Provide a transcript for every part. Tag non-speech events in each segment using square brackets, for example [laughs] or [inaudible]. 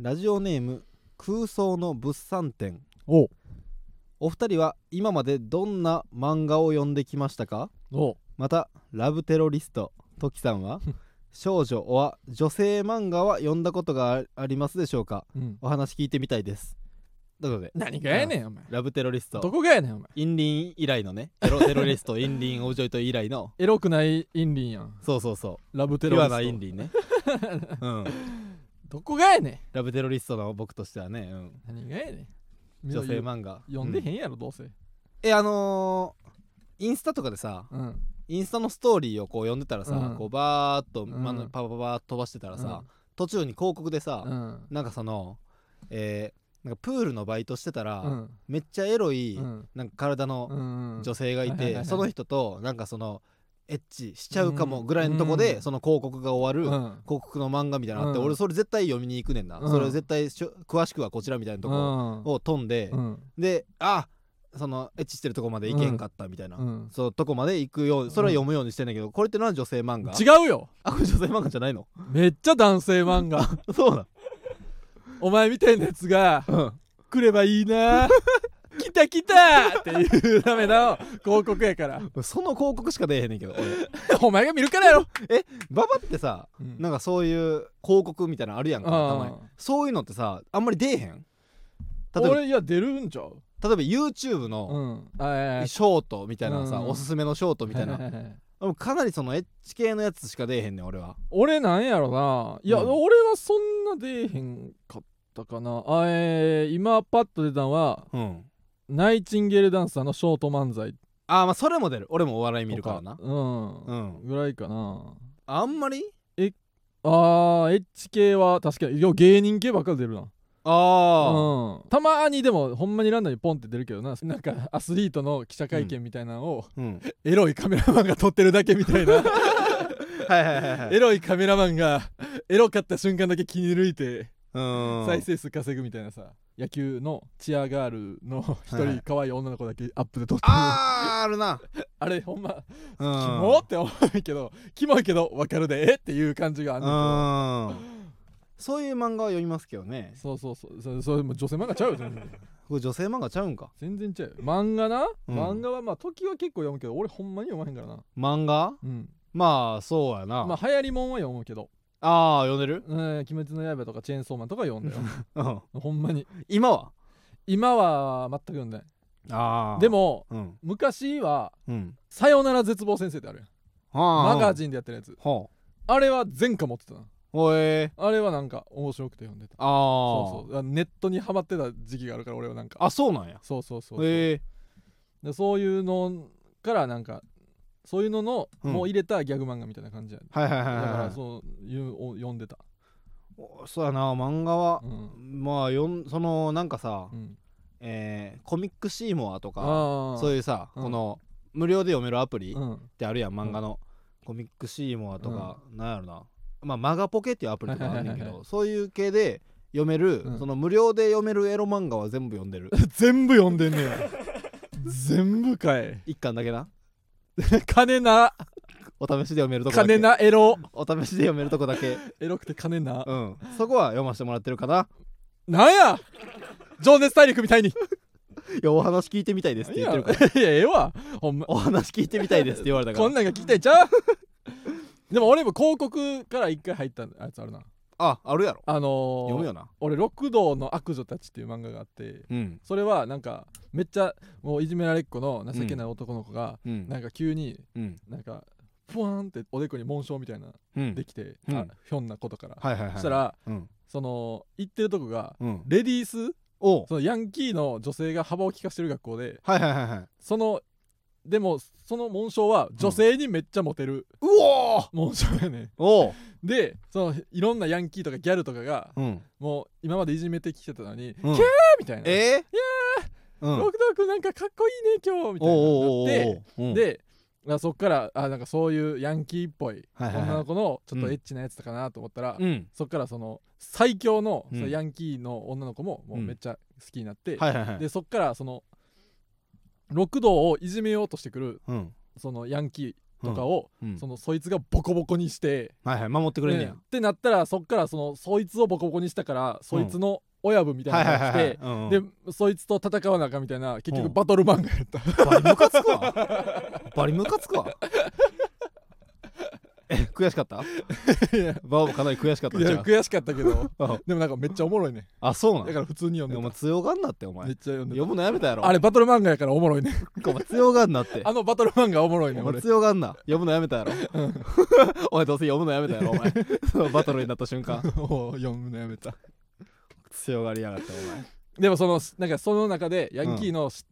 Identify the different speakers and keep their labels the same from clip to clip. Speaker 1: ラジオネーム空想の物産展
Speaker 2: お
Speaker 1: お二人は今までどんな漫画を読んできましたか
Speaker 2: お
Speaker 1: またラブテロリストトキさん [laughs] は少女は女性漫画は読んだことがあありますでしょうか
Speaker 2: うん
Speaker 1: お話聞いてみたいですということで
Speaker 2: 何がやねんお前
Speaker 1: ラブテロリス
Speaker 2: ど
Speaker 1: ト
Speaker 2: こがやねんお前
Speaker 1: インリン以来のねテロテロリス [laughs] トインリンオブジョイト以来の
Speaker 2: エロくないインリンやん
Speaker 1: そうそうそう
Speaker 2: ラブテ
Speaker 1: ピ
Speaker 2: ロ
Speaker 1: ュア
Speaker 2: リス
Speaker 1: な
Speaker 2: ト
Speaker 1: インリンね、うん、
Speaker 2: どこがやね
Speaker 1: ラブテロリストの僕としてはね、うん
Speaker 2: ん何がやねん
Speaker 1: 女性漫画
Speaker 2: 読んで
Speaker 1: う
Speaker 2: へんやろどうせ
Speaker 1: えあのーインスタとかでさ
Speaker 2: うん
Speaker 1: インスタのストーリーをこう読んでたらさ、
Speaker 2: うん
Speaker 1: こうバーっと、
Speaker 2: ん
Speaker 1: あのパパパパーっと飛ばしてたらさ、途中に広告でさ、
Speaker 2: うん
Speaker 1: なんかそのえーなんかプールのバイトしてたら、
Speaker 2: うん
Speaker 1: めっちゃエロい、
Speaker 2: うん
Speaker 1: なんか体の
Speaker 2: うん
Speaker 1: 女性がい
Speaker 2: はいはいはい
Speaker 1: て、
Speaker 2: はい
Speaker 1: その人となんかそのエッチしちゃうかもぐらいのとこ
Speaker 2: う
Speaker 1: で
Speaker 2: ん
Speaker 1: その広告が終わる、
Speaker 2: うん
Speaker 1: 広告の漫画みたいなのあって、
Speaker 2: うん
Speaker 1: 俺それ絶対読みに行くねんな、
Speaker 2: うん
Speaker 1: それ絶対しょ詳しくはこちらみたいなとこを飛んで、
Speaker 2: うん
Speaker 1: であそのエッチしてるとこまで行けんかったみたいな、
Speaker 2: うん
Speaker 1: そうとこまで行くようそれは読むようにしてんだけど、これってのは女性漫画
Speaker 2: 違うよ
Speaker 1: あこれ女性漫画じゃないの [laughs]
Speaker 2: めっちゃ男性漫画
Speaker 1: そうだ
Speaker 2: お前みたいなやつが
Speaker 1: うん
Speaker 2: 来ればい
Speaker 1: [laughs]
Speaker 2: いな来た来たっていうための広告やから
Speaker 1: その広告しか出えへんねんけど
Speaker 2: [laughs]
Speaker 1: 俺
Speaker 2: お前が見るからやろ
Speaker 1: ババってさなんかそういう広告みたいなのあるやんか名前
Speaker 2: うん
Speaker 1: そういうのってさあんまり出えへん例えば例
Speaker 2: 俺いや出るんちゃう
Speaker 1: えば YouTube の
Speaker 2: うんあ
Speaker 1: ショートみたいなさ、
Speaker 2: うん
Speaker 1: おすすめのショートみたいな、
Speaker 2: はいはいはい
Speaker 1: でもかなりそのエッチ系のやつしか出えへんねん俺は
Speaker 2: [laughs] 俺なんやろないや、
Speaker 1: うん
Speaker 2: 俺はそんな出えへんかったかなあえー、今パッと出たのは
Speaker 1: うん
Speaker 2: ナイチンゲールダンサーのショート漫才とか
Speaker 1: あーまあそれも出る俺もお笑い見るからな
Speaker 2: うん、
Speaker 1: うん
Speaker 2: ぐらいかな
Speaker 1: あんまり
Speaker 2: あーエッチ系は確かによう芸人系ばっかり出るな
Speaker 1: ああ、
Speaker 2: うん、たまにでもほんまにランダムにポンって出るけどななんかアスリートの記者会見みたいなのを、
Speaker 1: うん、
Speaker 2: エロいカメラマンが撮ってるだけみ
Speaker 1: [laughs]
Speaker 2: たいな
Speaker 1: はいはいはいはい
Speaker 2: エロいカメラマンがエロかった瞬間だけ切り抜いて
Speaker 1: うん
Speaker 2: 再生数稼ぐみたいなさ野球のチアガールの一
Speaker 1: はいは
Speaker 2: 人
Speaker 1: い
Speaker 2: 可愛い女の子だけアップで撮ってる
Speaker 1: あー
Speaker 2: あ
Speaker 1: あるな、
Speaker 2: れほんま
Speaker 1: う
Speaker 2: キ
Speaker 1: ん、
Speaker 2: モって思うけどキモいけど分かるでえっていう感じがある
Speaker 1: うんそういう漫画は読みますけどね
Speaker 2: そうそうそうそそれもう女性漫画ちゃうよ全然
Speaker 1: これ女性漫画ちゃうんか
Speaker 2: 全然ちゃうよ漫画な、
Speaker 1: うん
Speaker 2: 漫画はまあ時は結構読むけど俺ほんまに読まへんからな
Speaker 1: 漫画
Speaker 2: うん
Speaker 1: まあそうやな、
Speaker 2: まあ流行りもんは読むけど
Speaker 1: ああ読んでる
Speaker 2: 「うん鬼滅の刃」とか「チェーンソーマン」とか読んだよ
Speaker 1: うん
Speaker 2: [laughs] ほんまに
Speaker 1: [laughs] 今は
Speaker 2: 今は全く読んでない
Speaker 1: あ
Speaker 2: でも
Speaker 1: うん
Speaker 2: 昔は
Speaker 1: うん
Speaker 2: 「さよなら絶望先生」ってあるやん
Speaker 1: あ
Speaker 2: マガ
Speaker 1: ン
Speaker 2: ジンでやってるやつ
Speaker 1: ほう
Speaker 2: あれは前科持ってたな
Speaker 1: おえ
Speaker 2: あれはなんか面白くて読んでた
Speaker 1: ああ
Speaker 2: そうそうネットにハマってた時期があるから俺はなんか
Speaker 1: あそうなんや
Speaker 2: そうそうそうそう
Speaker 1: へえ
Speaker 2: でそういうのからなんかそういうのの
Speaker 1: うん
Speaker 2: もう入れたギャグ漫画みたいな感じや、
Speaker 1: はいはいは
Speaker 2: だ
Speaker 1: い
Speaker 2: か
Speaker 1: は
Speaker 2: ら
Speaker 1: い
Speaker 2: そういうを読んでた
Speaker 1: おそうやな漫画は
Speaker 2: う、ん、
Speaker 1: まあよんそのなんかさ、
Speaker 2: うん、
Speaker 1: えーコミックシーモアとか
Speaker 2: あ
Speaker 1: そう
Speaker 2: う
Speaker 1: いうさ、
Speaker 2: うん
Speaker 1: この無料で読めるアプリ
Speaker 2: う
Speaker 1: っ
Speaker 2: ん [laughs]
Speaker 1: てあるやん漫画の、コミックシーモアとか、なんやろなまあマガポケっていうアプリとかあるんだけ
Speaker 2: [laughs] はいはいはい
Speaker 1: ど
Speaker 2: は
Speaker 1: そういう系で読める、
Speaker 2: うん
Speaker 1: その無料で読めるエロ漫画は全部読ん
Speaker 2: [laughs]
Speaker 1: でる
Speaker 2: 全部読んでんねや全部かい [laughs]
Speaker 1: 一巻だけな
Speaker 2: 金な
Speaker 1: お試しで読めるとこだけ
Speaker 2: 金なエロ
Speaker 1: お試しで読めるとこだけ
Speaker 2: エロくて金な、
Speaker 1: うんそこは読ませてもらってるかな
Speaker 2: なんや情熱大陸みたいに
Speaker 1: いやお話聞いてみたいですって言ってるから
Speaker 2: いやええわほんま
Speaker 1: お話聞いてみたいですって言われたか
Speaker 2: [laughs] こ
Speaker 1: ら
Speaker 2: んなんが聞きたいんちゃうでも俺も広告から一回入ったやつあるな
Speaker 1: ああるやろ
Speaker 2: あのー
Speaker 1: 読むよな
Speaker 2: 俺六道の悪女たちっていう漫画があって
Speaker 1: うん
Speaker 2: それはなんかめっちゃもういじめられっ子の情けない男の子が、
Speaker 1: うん
Speaker 2: なんか急に
Speaker 1: うん
Speaker 2: なんかふわーンっておでこに紋章みたいな
Speaker 1: うん
Speaker 2: できて、
Speaker 1: うん
Speaker 2: あひょんなことから、
Speaker 1: はいはいはい
Speaker 2: そしたら
Speaker 1: うん
Speaker 2: その行ってるとこが
Speaker 1: うん
Speaker 2: レディース
Speaker 1: おう
Speaker 2: そのヤンキーの女性が幅を利かしてる学校で
Speaker 1: はいはいはいはいう
Speaker 2: そのでもその紋章は女性にめっちゃモテる
Speaker 1: おー
Speaker 2: 紋章やねん
Speaker 1: おう
Speaker 2: でそのいろんなヤンキーとかギャルとかが
Speaker 1: うん
Speaker 2: もう今までいじめてきてたのに
Speaker 1: う
Speaker 2: 「
Speaker 1: ん
Speaker 2: キャー!」みたいな「
Speaker 1: えー、うん
Speaker 2: ロクドクなんかかっこいいね今日」みたいな
Speaker 1: おうおうおうおう
Speaker 2: なって
Speaker 1: うん
Speaker 2: でまあそっからあなんかそういうヤンキーっぽい
Speaker 1: はいはいはい
Speaker 2: 女の子のちょっ
Speaker 1: う
Speaker 2: と
Speaker 1: ん
Speaker 2: エッチなやつかなと思ったら、
Speaker 1: うん
Speaker 2: そっからその最強の
Speaker 1: うん
Speaker 2: そのヤンキーの女の子ももうめっちゃ好きになって、
Speaker 1: はいはいはい
Speaker 2: でそっからその六道をいじめようとしてくる
Speaker 1: うん
Speaker 2: そのヤンキーとかを、
Speaker 1: うん
Speaker 2: そのそいつがボコボコにして、
Speaker 1: はいはい守ってくれんね
Speaker 2: ねってなったらそっからそのそいつをボコボコにしたからそいつの親分みた
Speaker 1: や
Speaker 2: いな
Speaker 1: はいはいはいは
Speaker 2: のが来
Speaker 1: い
Speaker 2: て、
Speaker 1: うんうん
Speaker 2: でそいつと戦わなあかんみたいな結
Speaker 1: う
Speaker 2: 局
Speaker 1: ん
Speaker 2: バトル漫画やった、
Speaker 1: バリムカつくわ
Speaker 2: [laughs]
Speaker 1: バリムカつくわえ悔しかった
Speaker 2: いや
Speaker 1: バオもかなり悔しかった
Speaker 2: い
Speaker 1: じ
Speaker 2: や
Speaker 1: ゃ
Speaker 2: 悔しかったけど
Speaker 1: あうん
Speaker 2: でもなんかめっちゃおもろいね
Speaker 1: あそうな
Speaker 2: だ
Speaker 1: の
Speaker 2: から普通に読ん
Speaker 1: お
Speaker 2: で
Speaker 1: 前強がんなってお
Speaker 2: ため
Speaker 1: 前
Speaker 2: っちゃ読んで
Speaker 1: 呼ぶのやめたやろ
Speaker 2: たあれバトル漫画やからおもろいね
Speaker 1: お前強がんなって
Speaker 2: あのバトル漫画おもろいね
Speaker 1: お [laughs] 前
Speaker 2: 俺
Speaker 1: 強がんな呼ぶのやめたやろ [laughs] お前どうせ呼ぶのやめたやろお
Speaker 2: [laughs]
Speaker 1: 前そのバトルになった瞬間
Speaker 2: おう読むのやめた
Speaker 1: 強がりやがってお前
Speaker 2: でもそのなんかその中でヤンキーのし、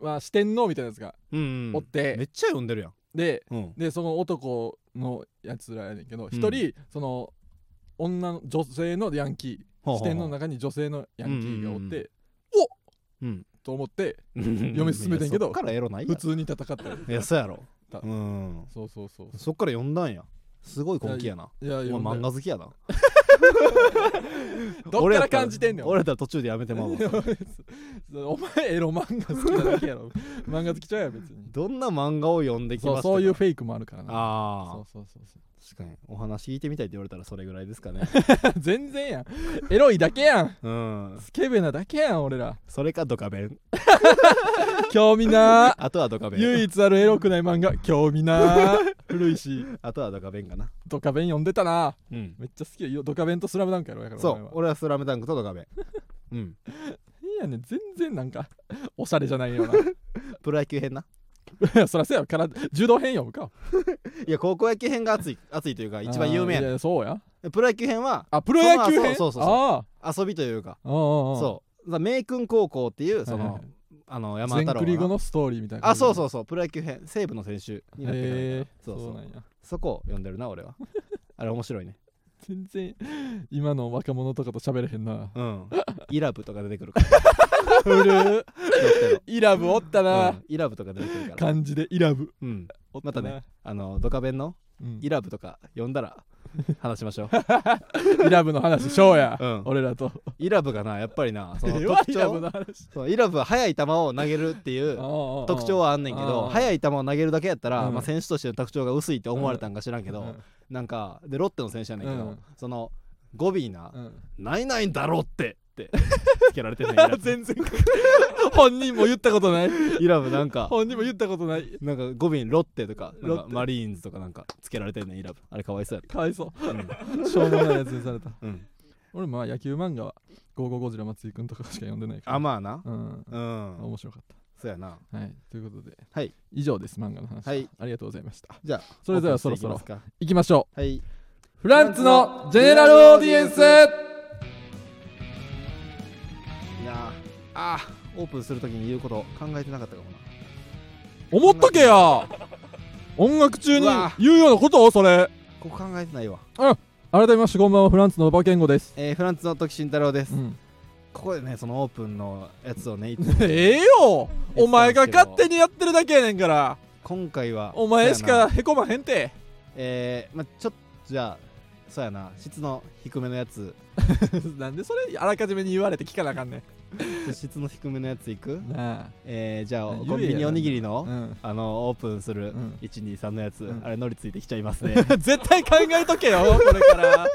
Speaker 2: は四天王みたいなやつが
Speaker 1: うん、
Speaker 2: おって、
Speaker 1: めっちゃ呼んでるやん
Speaker 2: で
Speaker 1: うん
Speaker 2: でその男のやつらやねんけど
Speaker 1: ん
Speaker 2: 一、人その女の女性のヤンキー
Speaker 1: ほうほうほう
Speaker 2: 四天王の中に女性のヤンキーがおって、
Speaker 1: うんうんうんうん
Speaker 2: と思って
Speaker 1: 嫁
Speaker 2: 嫁進めてんけど
Speaker 1: そっからエロないや
Speaker 2: 普
Speaker 1: ん
Speaker 2: 通に戦ったり
Speaker 1: いやそうやろ
Speaker 2: た
Speaker 1: うん
Speaker 2: そうそうそう
Speaker 1: そっから呼んだんやすごい根気やない
Speaker 2: や
Speaker 1: お
Speaker 2: いや
Speaker 1: 前漫画好きやな
Speaker 2: どっから感じてんねん
Speaker 1: 俺やったら途中でやめてまう
Speaker 2: [laughs]
Speaker 1: わ
Speaker 2: お前エロ漫画好きなだけ
Speaker 1: [laughs]
Speaker 2: やろ漫画好きちゃうやん別に
Speaker 1: どんな漫画を読んできました
Speaker 2: そう
Speaker 1: か
Speaker 2: そういうフェイクもあるからなそ
Speaker 1: あ
Speaker 2: うそうそうそう [laughs]
Speaker 1: あ確かにお話聞いてみたいって言われたらそれぐらいですかね
Speaker 2: 全然やんエロいだけやん
Speaker 1: うん
Speaker 2: スケベなだけやん俺ら
Speaker 1: それかドカベン
Speaker 2: 興味
Speaker 1: [laughs]
Speaker 2: なー
Speaker 1: あとはドカベン
Speaker 2: 唯一あるエロくない漫画興味なー古いし
Speaker 1: [laughs] あとはドカベンかな
Speaker 2: ドカベン読んでたな
Speaker 1: うん
Speaker 2: めっちゃ好きやよドカベンとスラムダンクやろやから
Speaker 1: そ
Speaker 2: お前
Speaker 1: う俺はスラムダンクとドカベンうん
Speaker 2: はいやねん全然なんかおしゃれじゃな
Speaker 1: [laughs]
Speaker 2: いよな
Speaker 1: プロ野球編ない
Speaker 2: やそらせやろから柔道編読むか
Speaker 1: いや高校野球編が熱い熱いというか一番有名や
Speaker 2: あーい
Speaker 1: ね
Speaker 2: やそうや
Speaker 1: プロ野球編は
Speaker 2: あプロ野球
Speaker 1: その
Speaker 2: 編
Speaker 1: そうそうそうそう
Speaker 2: あ
Speaker 1: 遊びというか
Speaker 2: ーうんうんうん
Speaker 1: そうだ明君高校っていうそ
Speaker 2: はいは
Speaker 1: の
Speaker 2: い
Speaker 1: あの山
Speaker 2: 全
Speaker 1: 太
Speaker 2: クリ
Speaker 1: 郎
Speaker 2: 後
Speaker 1: が
Speaker 2: のストーリーみたいな
Speaker 1: あそう
Speaker 2: う
Speaker 1: そうそうプロ野球編西武の選手になってくる
Speaker 2: へえ
Speaker 1: から
Speaker 2: そ
Speaker 1: そうそ
Speaker 2: う
Speaker 1: う
Speaker 2: なんや
Speaker 1: そこを読んでるな俺はあれ面白いね
Speaker 2: 全然今の若者とかと喋れへんな
Speaker 1: うんイラブとか出てくるから [laughs]
Speaker 2: 古る
Speaker 1: 寄ってる
Speaker 2: イラブおったな、
Speaker 1: うんイラブとか出てくるから
Speaker 2: 漢字でイラブ
Speaker 1: うん
Speaker 2: おっ
Speaker 1: ま
Speaker 2: た
Speaker 1: た
Speaker 2: な
Speaker 1: ねあのドカベンの
Speaker 2: うん
Speaker 1: イラブとか読んだら話しましょう
Speaker 2: イラブの話しょうや、
Speaker 1: うん
Speaker 2: 俺らと
Speaker 1: イラブがなやっぱりなその
Speaker 2: 弱
Speaker 1: 特
Speaker 2: [laughs] いイラブの
Speaker 1: 徴
Speaker 2: 話
Speaker 1: そうイラブは速い球を投げるっていう特徴
Speaker 2: は
Speaker 1: はあんねんけ
Speaker 2: あ
Speaker 1: ど
Speaker 2: ー
Speaker 1: 速い球を投げるだけやったら、
Speaker 2: うん
Speaker 1: まあ、選手としての特徴が薄いって思われたんか知らんけど、なんかでロッテの選手やねんけど、
Speaker 2: うん
Speaker 1: その語尾な
Speaker 2: うん
Speaker 1: 「ないないんだろって」ってつけられてんねんイラ [laughs] ブ
Speaker 2: 全然本人も言ったことない
Speaker 1: イラブなんか
Speaker 2: 本人も言ったことない
Speaker 1: なんか語尾に「ロッテ」とか「なん
Speaker 2: ロッ
Speaker 1: か
Speaker 2: テ
Speaker 1: マリーンズ」とかなんかつけられてんねんイラブあれかわいそうやっ
Speaker 2: かわいそ
Speaker 1: た、うん
Speaker 2: うしょうもないやつにされた
Speaker 1: うん
Speaker 2: 俺まあ野球漫画は「ゴーゴーゴジラ松井くん」とかしか読んでないから
Speaker 1: あまあな
Speaker 2: うん
Speaker 1: うん、
Speaker 2: 面白かった
Speaker 1: そうやな
Speaker 2: はい、ということで、
Speaker 1: はい
Speaker 2: 以上です、漫画の話。
Speaker 1: はい
Speaker 2: ありがとうございました。
Speaker 1: じゃあ
Speaker 2: それでは
Speaker 1: オープンしてい
Speaker 2: そろそ
Speaker 1: きますか
Speaker 2: 行きましょ。
Speaker 1: はいう
Speaker 2: フランツのジェネラルオーディエンス
Speaker 1: いやーあーオープンするときに言うこと考えてなかったかもな
Speaker 2: 思っとけよ音楽中に
Speaker 1: うわ
Speaker 2: 言うようなことをそれ
Speaker 1: ここ考えてないわ、
Speaker 2: 改めましてこんばんはフランツの馬健吾です、
Speaker 1: えーフランツの時慎太郎です、 [laughs]
Speaker 2: うん、
Speaker 1: ここでねそのオープンのやつをね
Speaker 2: [laughs]
Speaker 1: いつ
Speaker 2: ええよお前が勝手にやってるだけやねんから
Speaker 1: 今回は
Speaker 2: [laughs] お前し
Speaker 1: そうや
Speaker 2: か
Speaker 1: な
Speaker 2: へこまへんて [laughs]
Speaker 1: えー、まあちょっとじゃあそうやな質の低めのや
Speaker 2: [laughs]
Speaker 1: つ
Speaker 2: なんでそれあらかじめに言われて聞かなあかんね
Speaker 1: 質の低めのやついく
Speaker 2: んな
Speaker 1: えー、じゃあ
Speaker 2: 言えや
Speaker 1: コンビニおにぎり
Speaker 2: あ、う
Speaker 1: の
Speaker 2: ん、
Speaker 1: あのオープンする
Speaker 2: うん
Speaker 1: 123のやつ、
Speaker 2: うん
Speaker 1: あれ乗りついてきちゃいますね
Speaker 2: [laughs] 絶対考えとけよこれから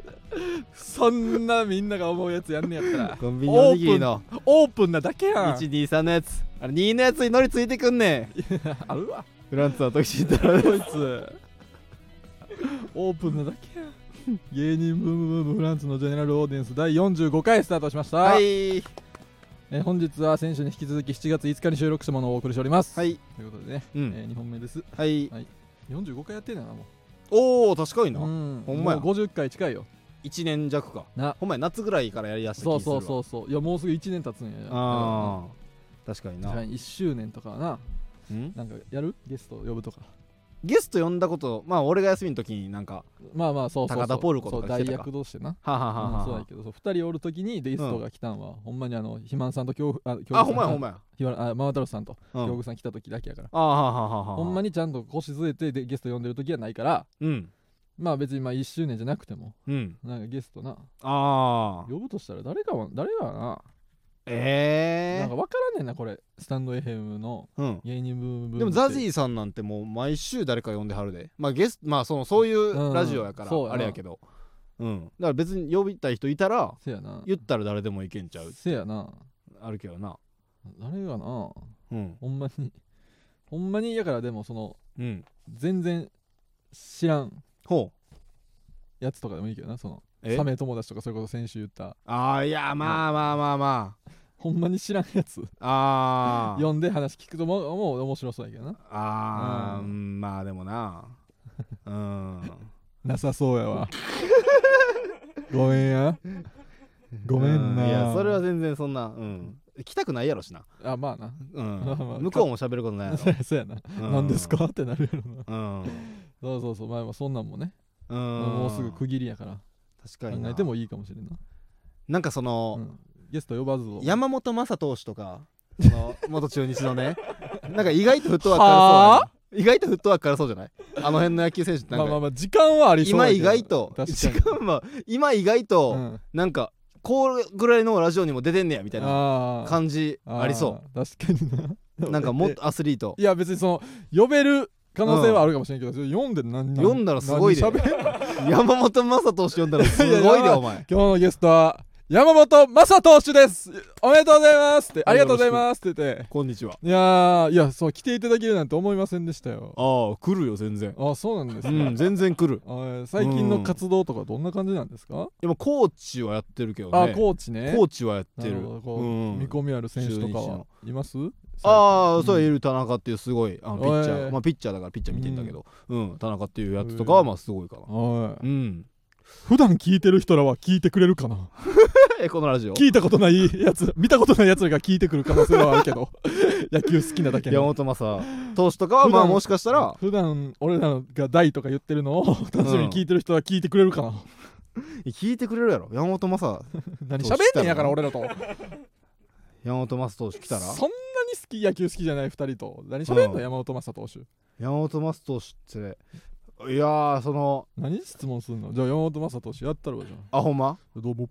Speaker 2: [laughs] そんなみんなが思うやつやんねやったら
Speaker 1: コンビニおにぎりの
Speaker 2: オープンなだけやん
Speaker 1: 123のやつあれ2のやつに乗りついてくんねん
Speaker 2: [laughs] あるわ
Speaker 1: フランツの時慎太郎です
Speaker 2: こいつオープンなだけやん [laughs] 芸人ブームブームフランスのジェネラルオーディエンス第45回スタートしました、
Speaker 1: はい
Speaker 2: えー本日は先週に引き続き7月5日に収録したものをお送りしております、
Speaker 1: はい
Speaker 2: ということでね、
Speaker 1: う
Speaker 2: え
Speaker 1: ん
Speaker 2: 2本目です
Speaker 1: はい
Speaker 2: 45回やってんだなも
Speaker 1: おお確かに
Speaker 2: う
Speaker 1: な
Speaker 2: うん
Speaker 1: ほんまや
Speaker 2: もう50回近いよ
Speaker 1: 1年弱か
Speaker 2: な
Speaker 1: ほんまや夏ぐらいからやりだした気
Speaker 2: そう
Speaker 1: する
Speaker 2: そ
Speaker 1: わ
Speaker 2: うそうそういやもうすぐ1年経つんや
Speaker 1: ああ確かにな
Speaker 2: 1周年とかはな
Speaker 1: うん
Speaker 2: なんかやるゲスト呼ぶとか
Speaker 1: ゲスト呼んだことまあ俺が休みの時になんか
Speaker 2: まあまあそうそうそう
Speaker 1: 高田ポルコとか
Speaker 2: そう
Speaker 1: 来て
Speaker 2: 代
Speaker 1: たか
Speaker 2: 役同士でな
Speaker 1: はあはあは
Speaker 2: うん
Speaker 1: あ
Speaker 2: そう
Speaker 1: は
Speaker 2: だけどそう2人おるときにゲストが来たんは、ほんまにあの肥満さんと京あ京
Speaker 1: ああほんまやほんま
Speaker 2: ま
Speaker 1: や
Speaker 2: ひわあママタロスさんと
Speaker 1: う
Speaker 2: 京
Speaker 1: ん
Speaker 2: 極さん来たときだけやから、
Speaker 1: ああはあはあはあはあ
Speaker 2: ほんまにちゃんと腰据えてでゲスト呼んでるときはないから
Speaker 1: うん
Speaker 2: まあ別にまあ1周年じゃなくても
Speaker 1: うん
Speaker 2: なんかゲストな
Speaker 1: ああ
Speaker 2: 呼ぶとしたら誰かは誰がな
Speaker 1: え
Speaker 2: な
Speaker 1: え
Speaker 2: んか分からんねんなこれスタンド FM の
Speaker 1: うん
Speaker 2: 芸人ブームブーム
Speaker 1: でも
Speaker 2: って
Speaker 1: ザジーさんなんてもう毎週誰か呼んではるでまあゲストまあそのそういうラジオやか
Speaker 2: うんそう
Speaker 1: ら
Speaker 2: やな
Speaker 1: あれやけどうんだから別に呼びたい人いたら
Speaker 2: せやな
Speaker 1: 言ったら誰でもいけんちゃう
Speaker 2: せやな
Speaker 1: あるけどな
Speaker 2: あれがな
Speaker 1: うん
Speaker 2: ほんまにほんまにやからでもその
Speaker 1: うん
Speaker 2: 全然知らん
Speaker 1: ほう
Speaker 2: やつとかでもいいけどなその
Speaker 1: え
Speaker 2: サメ友達とかそれこそ先週言った
Speaker 1: ああいやまあまあまあま
Speaker 2: ほんまに知らんやつ
Speaker 1: あああ
Speaker 2: 読んで話聞くとももう面白そうやけどな
Speaker 1: あー
Speaker 2: う
Speaker 1: うんんまあでもなうん
Speaker 2: なさそうや [laughs] わごめんやごめんな
Speaker 1: ういやそれは全然そんなうん来たくないやろしな
Speaker 2: あまあな [laughs]
Speaker 1: う
Speaker 2: まあまあ
Speaker 1: ん向こうも喋ることないやろ
Speaker 2: そうやな、
Speaker 1: うん
Speaker 2: [laughs] 何ですかってなるやろ
Speaker 1: う
Speaker 2: な
Speaker 1: ん
Speaker 2: そうそうそうまあまあそんなんもね、
Speaker 1: うん
Speaker 2: もうすぐ区切りやから
Speaker 1: 確か
Speaker 2: 考
Speaker 1: にな
Speaker 2: えてもいいかもしれんな、
Speaker 1: なんかその、
Speaker 2: うんゲスト呼ばずを
Speaker 1: 山本昌投手とかその [laughs] 元中日のねなんか意外とフットワークからそう意外とフットワークからそうじゃないあの辺の野球選手って
Speaker 2: ま
Speaker 1: な
Speaker 2: あ
Speaker 1: ん
Speaker 2: まあ
Speaker 1: か
Speaker 2: まあ時間はありそう
Speaker 1: 今
Speaker 2: やけど
Speaker 1: 意外と [laughs]
Speaker 2: 確
Speaker 1: 時
Speaker 2: かに
Speaker 1: 間は今意外
Speaker 2: う
Speaker 1: と
Speaker 2: ん
Speaker 1: なんかこうぐらいのラジオにも出てんねやみたいな
Speaker 2: あー
Speaker 1: 感じありそ
Speaker 2: あー確かに [laughs]
Speaker 1: う
Speaker 2: な
Speaker 1: なんかもっ
Speaker 2: え
Speaker 1: とアスリート [laughs]
Speaker 2: いや別にその呼べる可能性はあるかもしれんけど、読んで何
Speaker 1: 読んだらすごいで
Speaker 2: 何喋れんの
Speaker 1: 山本昌投手呼んだらすごい
Speaker 2: いや
Speaker 1: で
Speaker 2: やばい
Speaker 1: お前
Speaker 2: 今日のゲストは山本昌投手ですおめでとうございますってありがとうございますって言って
Speaker 1: こんにちはい
Speaker 2: やーいやそう来ていただけるなんて思いませんでしたよ
Speaker 1: ああ来るよ全然
Speaker 2: あそうなんです
Speaker 1: う
Speaker 2: か、 [laughs]
Speaker 1: ん全然来る
Speaker 2: あー最近の活動とかどんな感じなんですか、
Speaker 1: でもコーチはやってるけど
Speaker 2: あ
Speaker 1: ね
Speaker 2: コーチね
Speaker 1: コ
Speaker 2: ー
Speaker 1: ーチはやってる
Speaker 2: こう、
Speaker 1: うん
Speaker 2: 見込みある選手とか
Speaker 1: 中日
Speaker 2: は
Speaker 1: の
Speaker 2: います
Speaker 1: ああ、
Speaker 2: 最近
Speaker 1: そういる田中っていうすごいあのピッチャー、
Speaker 2: ええ
Speaker 1: まあピッチャーだからピッチャー見てんだけど、うん、田中っていうやつとかはまあすごいかな。
Speaker 2: うんはい
Speaker 1: うん。
Speaker 2: 普段聞いてる人らは聞いてくれるかな
Speaker 1: え [laughs] このラジオ。
Speaker 2: 聞いたことないやつ見 [laughs] たことないやつらが聞いてくる可能性はあるけど
Speaker 1: [laughs]
Speaker 2: 野球好きなだけに
Speaker 1: 山本昌投手とかは
Speaker 2: 普
Speaker 1: ま
Speaker 2: 段
Speaker 1: あもしかしたら
Speaker 2: 普段俺らが大とか言ってるのを楽しみに聞いてる人は聞いてくれ
Speaker 1: [laughs]
Speaker 2: るかな、
Speaker 1: 聞いてくれるやろ。山本昌
Speaker 2: 何
Speaker 1: どうし
Speaker 2: 喋
Speaker 1: た
Speaker 2: んね
Speaker 1: の
Speaker 2: んやから俺らと
Speaker 1: 山本昌投手来たら
Speaker 2: そんなに好き野球好きじゃない2人と何喋んの、
Speaker 1: うん
Speaker 2: 山本昌投手
Speaker 1: 山本昌投手っていやーその
Speaker 2: 何質問すんのじゃあ山本昌投手やったらばじゃ
Speaker 1: あほんま
Speaker 2: んどうも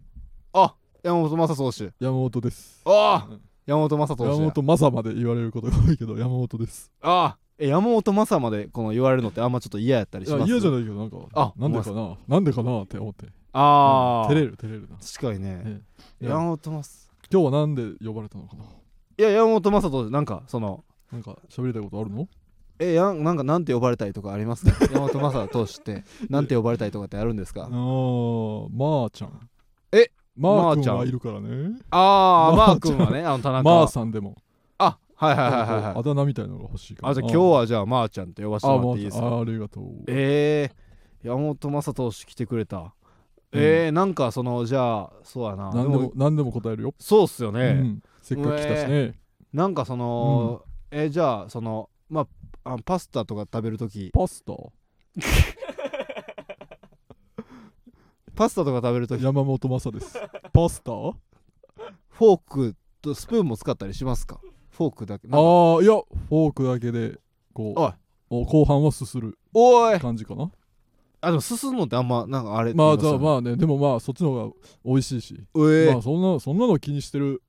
Speaker 1: 山本昌投手。
Speaker 2: 山本です
Speaker 1: ああ、
Speaker 2: うん
Speaker 1: 山本昌投手
Speaker 2: 山
Speaker 1: や。
Speaker 2: 本昌まで言われることが多いけど山本です
Speaker 1: ああえ山本昌までこの言われるのってあんまちょっと嫌やったり
Speaker 2: い
Speaker 1: し
Speaker 2: や
Speaker 1: ます。
Speaker 2: 嫌じゃないけどなんか
Speaker 1: あ
Speaker 2: なんでかななんでかなって思って
Speaker 1: ああ、
Speaker 2: うん照れる照れるな
Speaker 1: 確かにね。
Speaker 2: ね
Speaker 1: 山本昌
Speaker 2: 今日はなんで呼ばれたのかない
Speaker 1: や山本昌投手なんかその
Speaker 2: なんか喋りたいことあるの
Speaker 1: えやんなんかなんて呼ばれたいとかありますか [laughs] 山本昌投手ってなんて呼ばれたいとかってあるんです
Speaker 2: あ
Speaker 1: か
Speaker 2: ーまーちゃん
Speaker 1: え
Speaker 2: まー
Speaker 1: まーち
Speaker 2: ち
Speaker 1: ゃ
Speaker 2: ゃ
Speaker 1: ん
Speaker 2: んはいるからね
Speaker 1: ああ
Speaker 2: ま
Speaker 1: マ
Speaker 2: あ
Speaker 1: ー君はねあの田中
Speaker 2: まーさんでも
Speaker 1: あはいはいはいはい
Speaker 2: あ
Speaker 1: はい
Speaker 2: だ名みたいなのが欲しいから
Speaker 1: あじゃあ今日はじゃあマーちゃんって呼ばせて
Speaker 2: あ
Speaker 1: もらっていいです
Speaker 2: まーちゃん
Speaker 1: か
Speaker 2: あありがとう
Speaker 1: えー、山本昌投手来てくれたえー、なんかそのじゃあそうやな
Speaker 2: 何で
Speaker 1: で
Speaker 2: も
Speaker 1: も
Speaker 2: 何でも答えるよ、
Speaker 1: そうっすよね、
Speaker 2: うん、せっかく来たしね、
Speaker 1: なんかその、えじゃあそのまああパスタとか食べるとき
Speaker 2: パスタ
Speaker 1: パスタとか食べるとき
Speaker 2: 山本
Speaker 1: [laughs]
Speaker 2: 昌ですパスタあ
Speaker 1: フォークとスプーンも使ったりしますかフォークだけ
Speaker 2: あーいやフォークだけでこう
Speaker 1: おい
Speaker 2: お後半はすする
Speaker 1: おい
Speaker 2: 感じかな
Speaker 1: あでも進むのってあんまなんかあれ
Speaker 2: まあじゃあ
Speaker 1: あ
Speaker 2: まあねでもまあそっちの方が美味しいし、
Speaker 1: うえ
Speaker 2: まあそんなそんなの気にしてる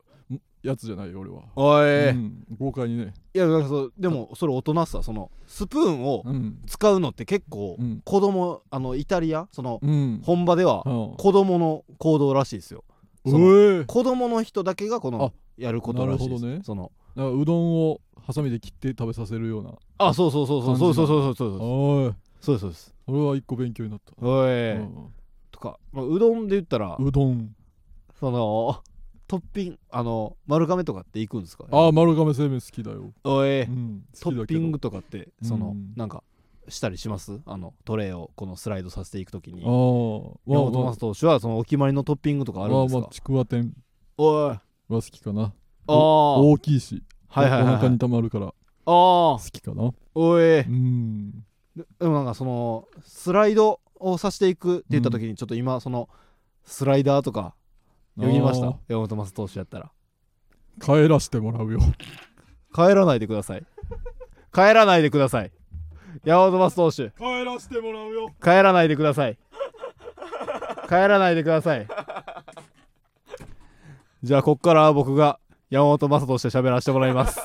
Speaker 2: やつじゃないよ俺は、
Speaker 1: おい、
Speaker 2: う
Speaker 1: い
Speaker 2: ん、豪快にね
Speaker 1: やなんかそうでもそれ大人さそのスプーンを
Speaker 2: うん
Speaker 1: 使うのって結構
Speaker 2: うん
Speaker 1: 子供あのイタリアその
Speaker 2: うん
Speaker 1: 本場では
Speaker 2: うん
Speaker 1: 子供の行動らしいですよ
Speaker 2: う
Speaker 1: その
Speaker 2: えー
Speaker 1: 子供の人だけがこの
Speaker 2: あ
Speaker 1: やることらしいです
Speaker 2: なるほどね
Speaker 1: その
Speaker 2: なんかうどんをハサミで切って食べさせるような
Speaker 1: あそうそうそうそうそうそうそうそうそう
Speaker 2: おい
Speaker 1: そうですそうです
Speaker 2: 俺は一個勉強になった、
Speaker 1: おい、
Speaker 2: うん
Speaker 1: とか、まあ、うどんで言ったら
Speaker 2: うどん
Speaker 1: そのトッピングあの丸亀とかって行くんですか
Speaker 2: ああ丸亀製麺好きだよ、
Speaker 1: おい、
Speaker 2: うん、
Speaker 1: ト
Speaker 2: 好き
Speaker 1: ッ
Speaker 2: だけど
Speaker 1: ピングとかってその、
Speaker 2: うん
Speaker 1: なんかしたりしますあのトレーをこのスライドさせていくときに
Speaker 2: ああ
Speaker 1: 山
Speaker 2: まあ
Speaker 1: 本
Speaker 2: ま
Speaker 1: 昌投手はそのお決まりのトッピングとかあ
Speaker 2: あ
Speaker 1: る
Speaker 2: ま
Speaker 1: ん
Speaker 2: あ
Speaker 1: です
Speaker 2: まあ
Speaker 1: か
Speaker 2: ちくわ天
Speaker 1: おいあ
Speaker 2: は好きかな
Speaker 1: あはい
Speaker 2: 大きいし、
Speaker 1: はいはい
Speaker 2: お腹
Speaker 1: はい
Speaker 2: にたまるから
Speaker 1: ああ
Speaker 2: 好きかな
Speaker 1: おいうで
Speaker 2: ん
Speaker 1: でもなんかそのスライドをさせていくって言ったときにちょっと今そのスライダーとかよぎりまし
Speaker 2: あ
Speaker 1: た
Speaker 2: あ
Speaker 1: 山本昌投手やったら
Speaker 2: 帰らしてもらうよ
Speaker 1: 帰らないでください帰らないでください山本昌投手
Speaker 2: 帰らしてもらうよ
Speaker 1: 帰らないでください帰らないでくださいじゃあこっから僕が山本正として喋らせてもらいます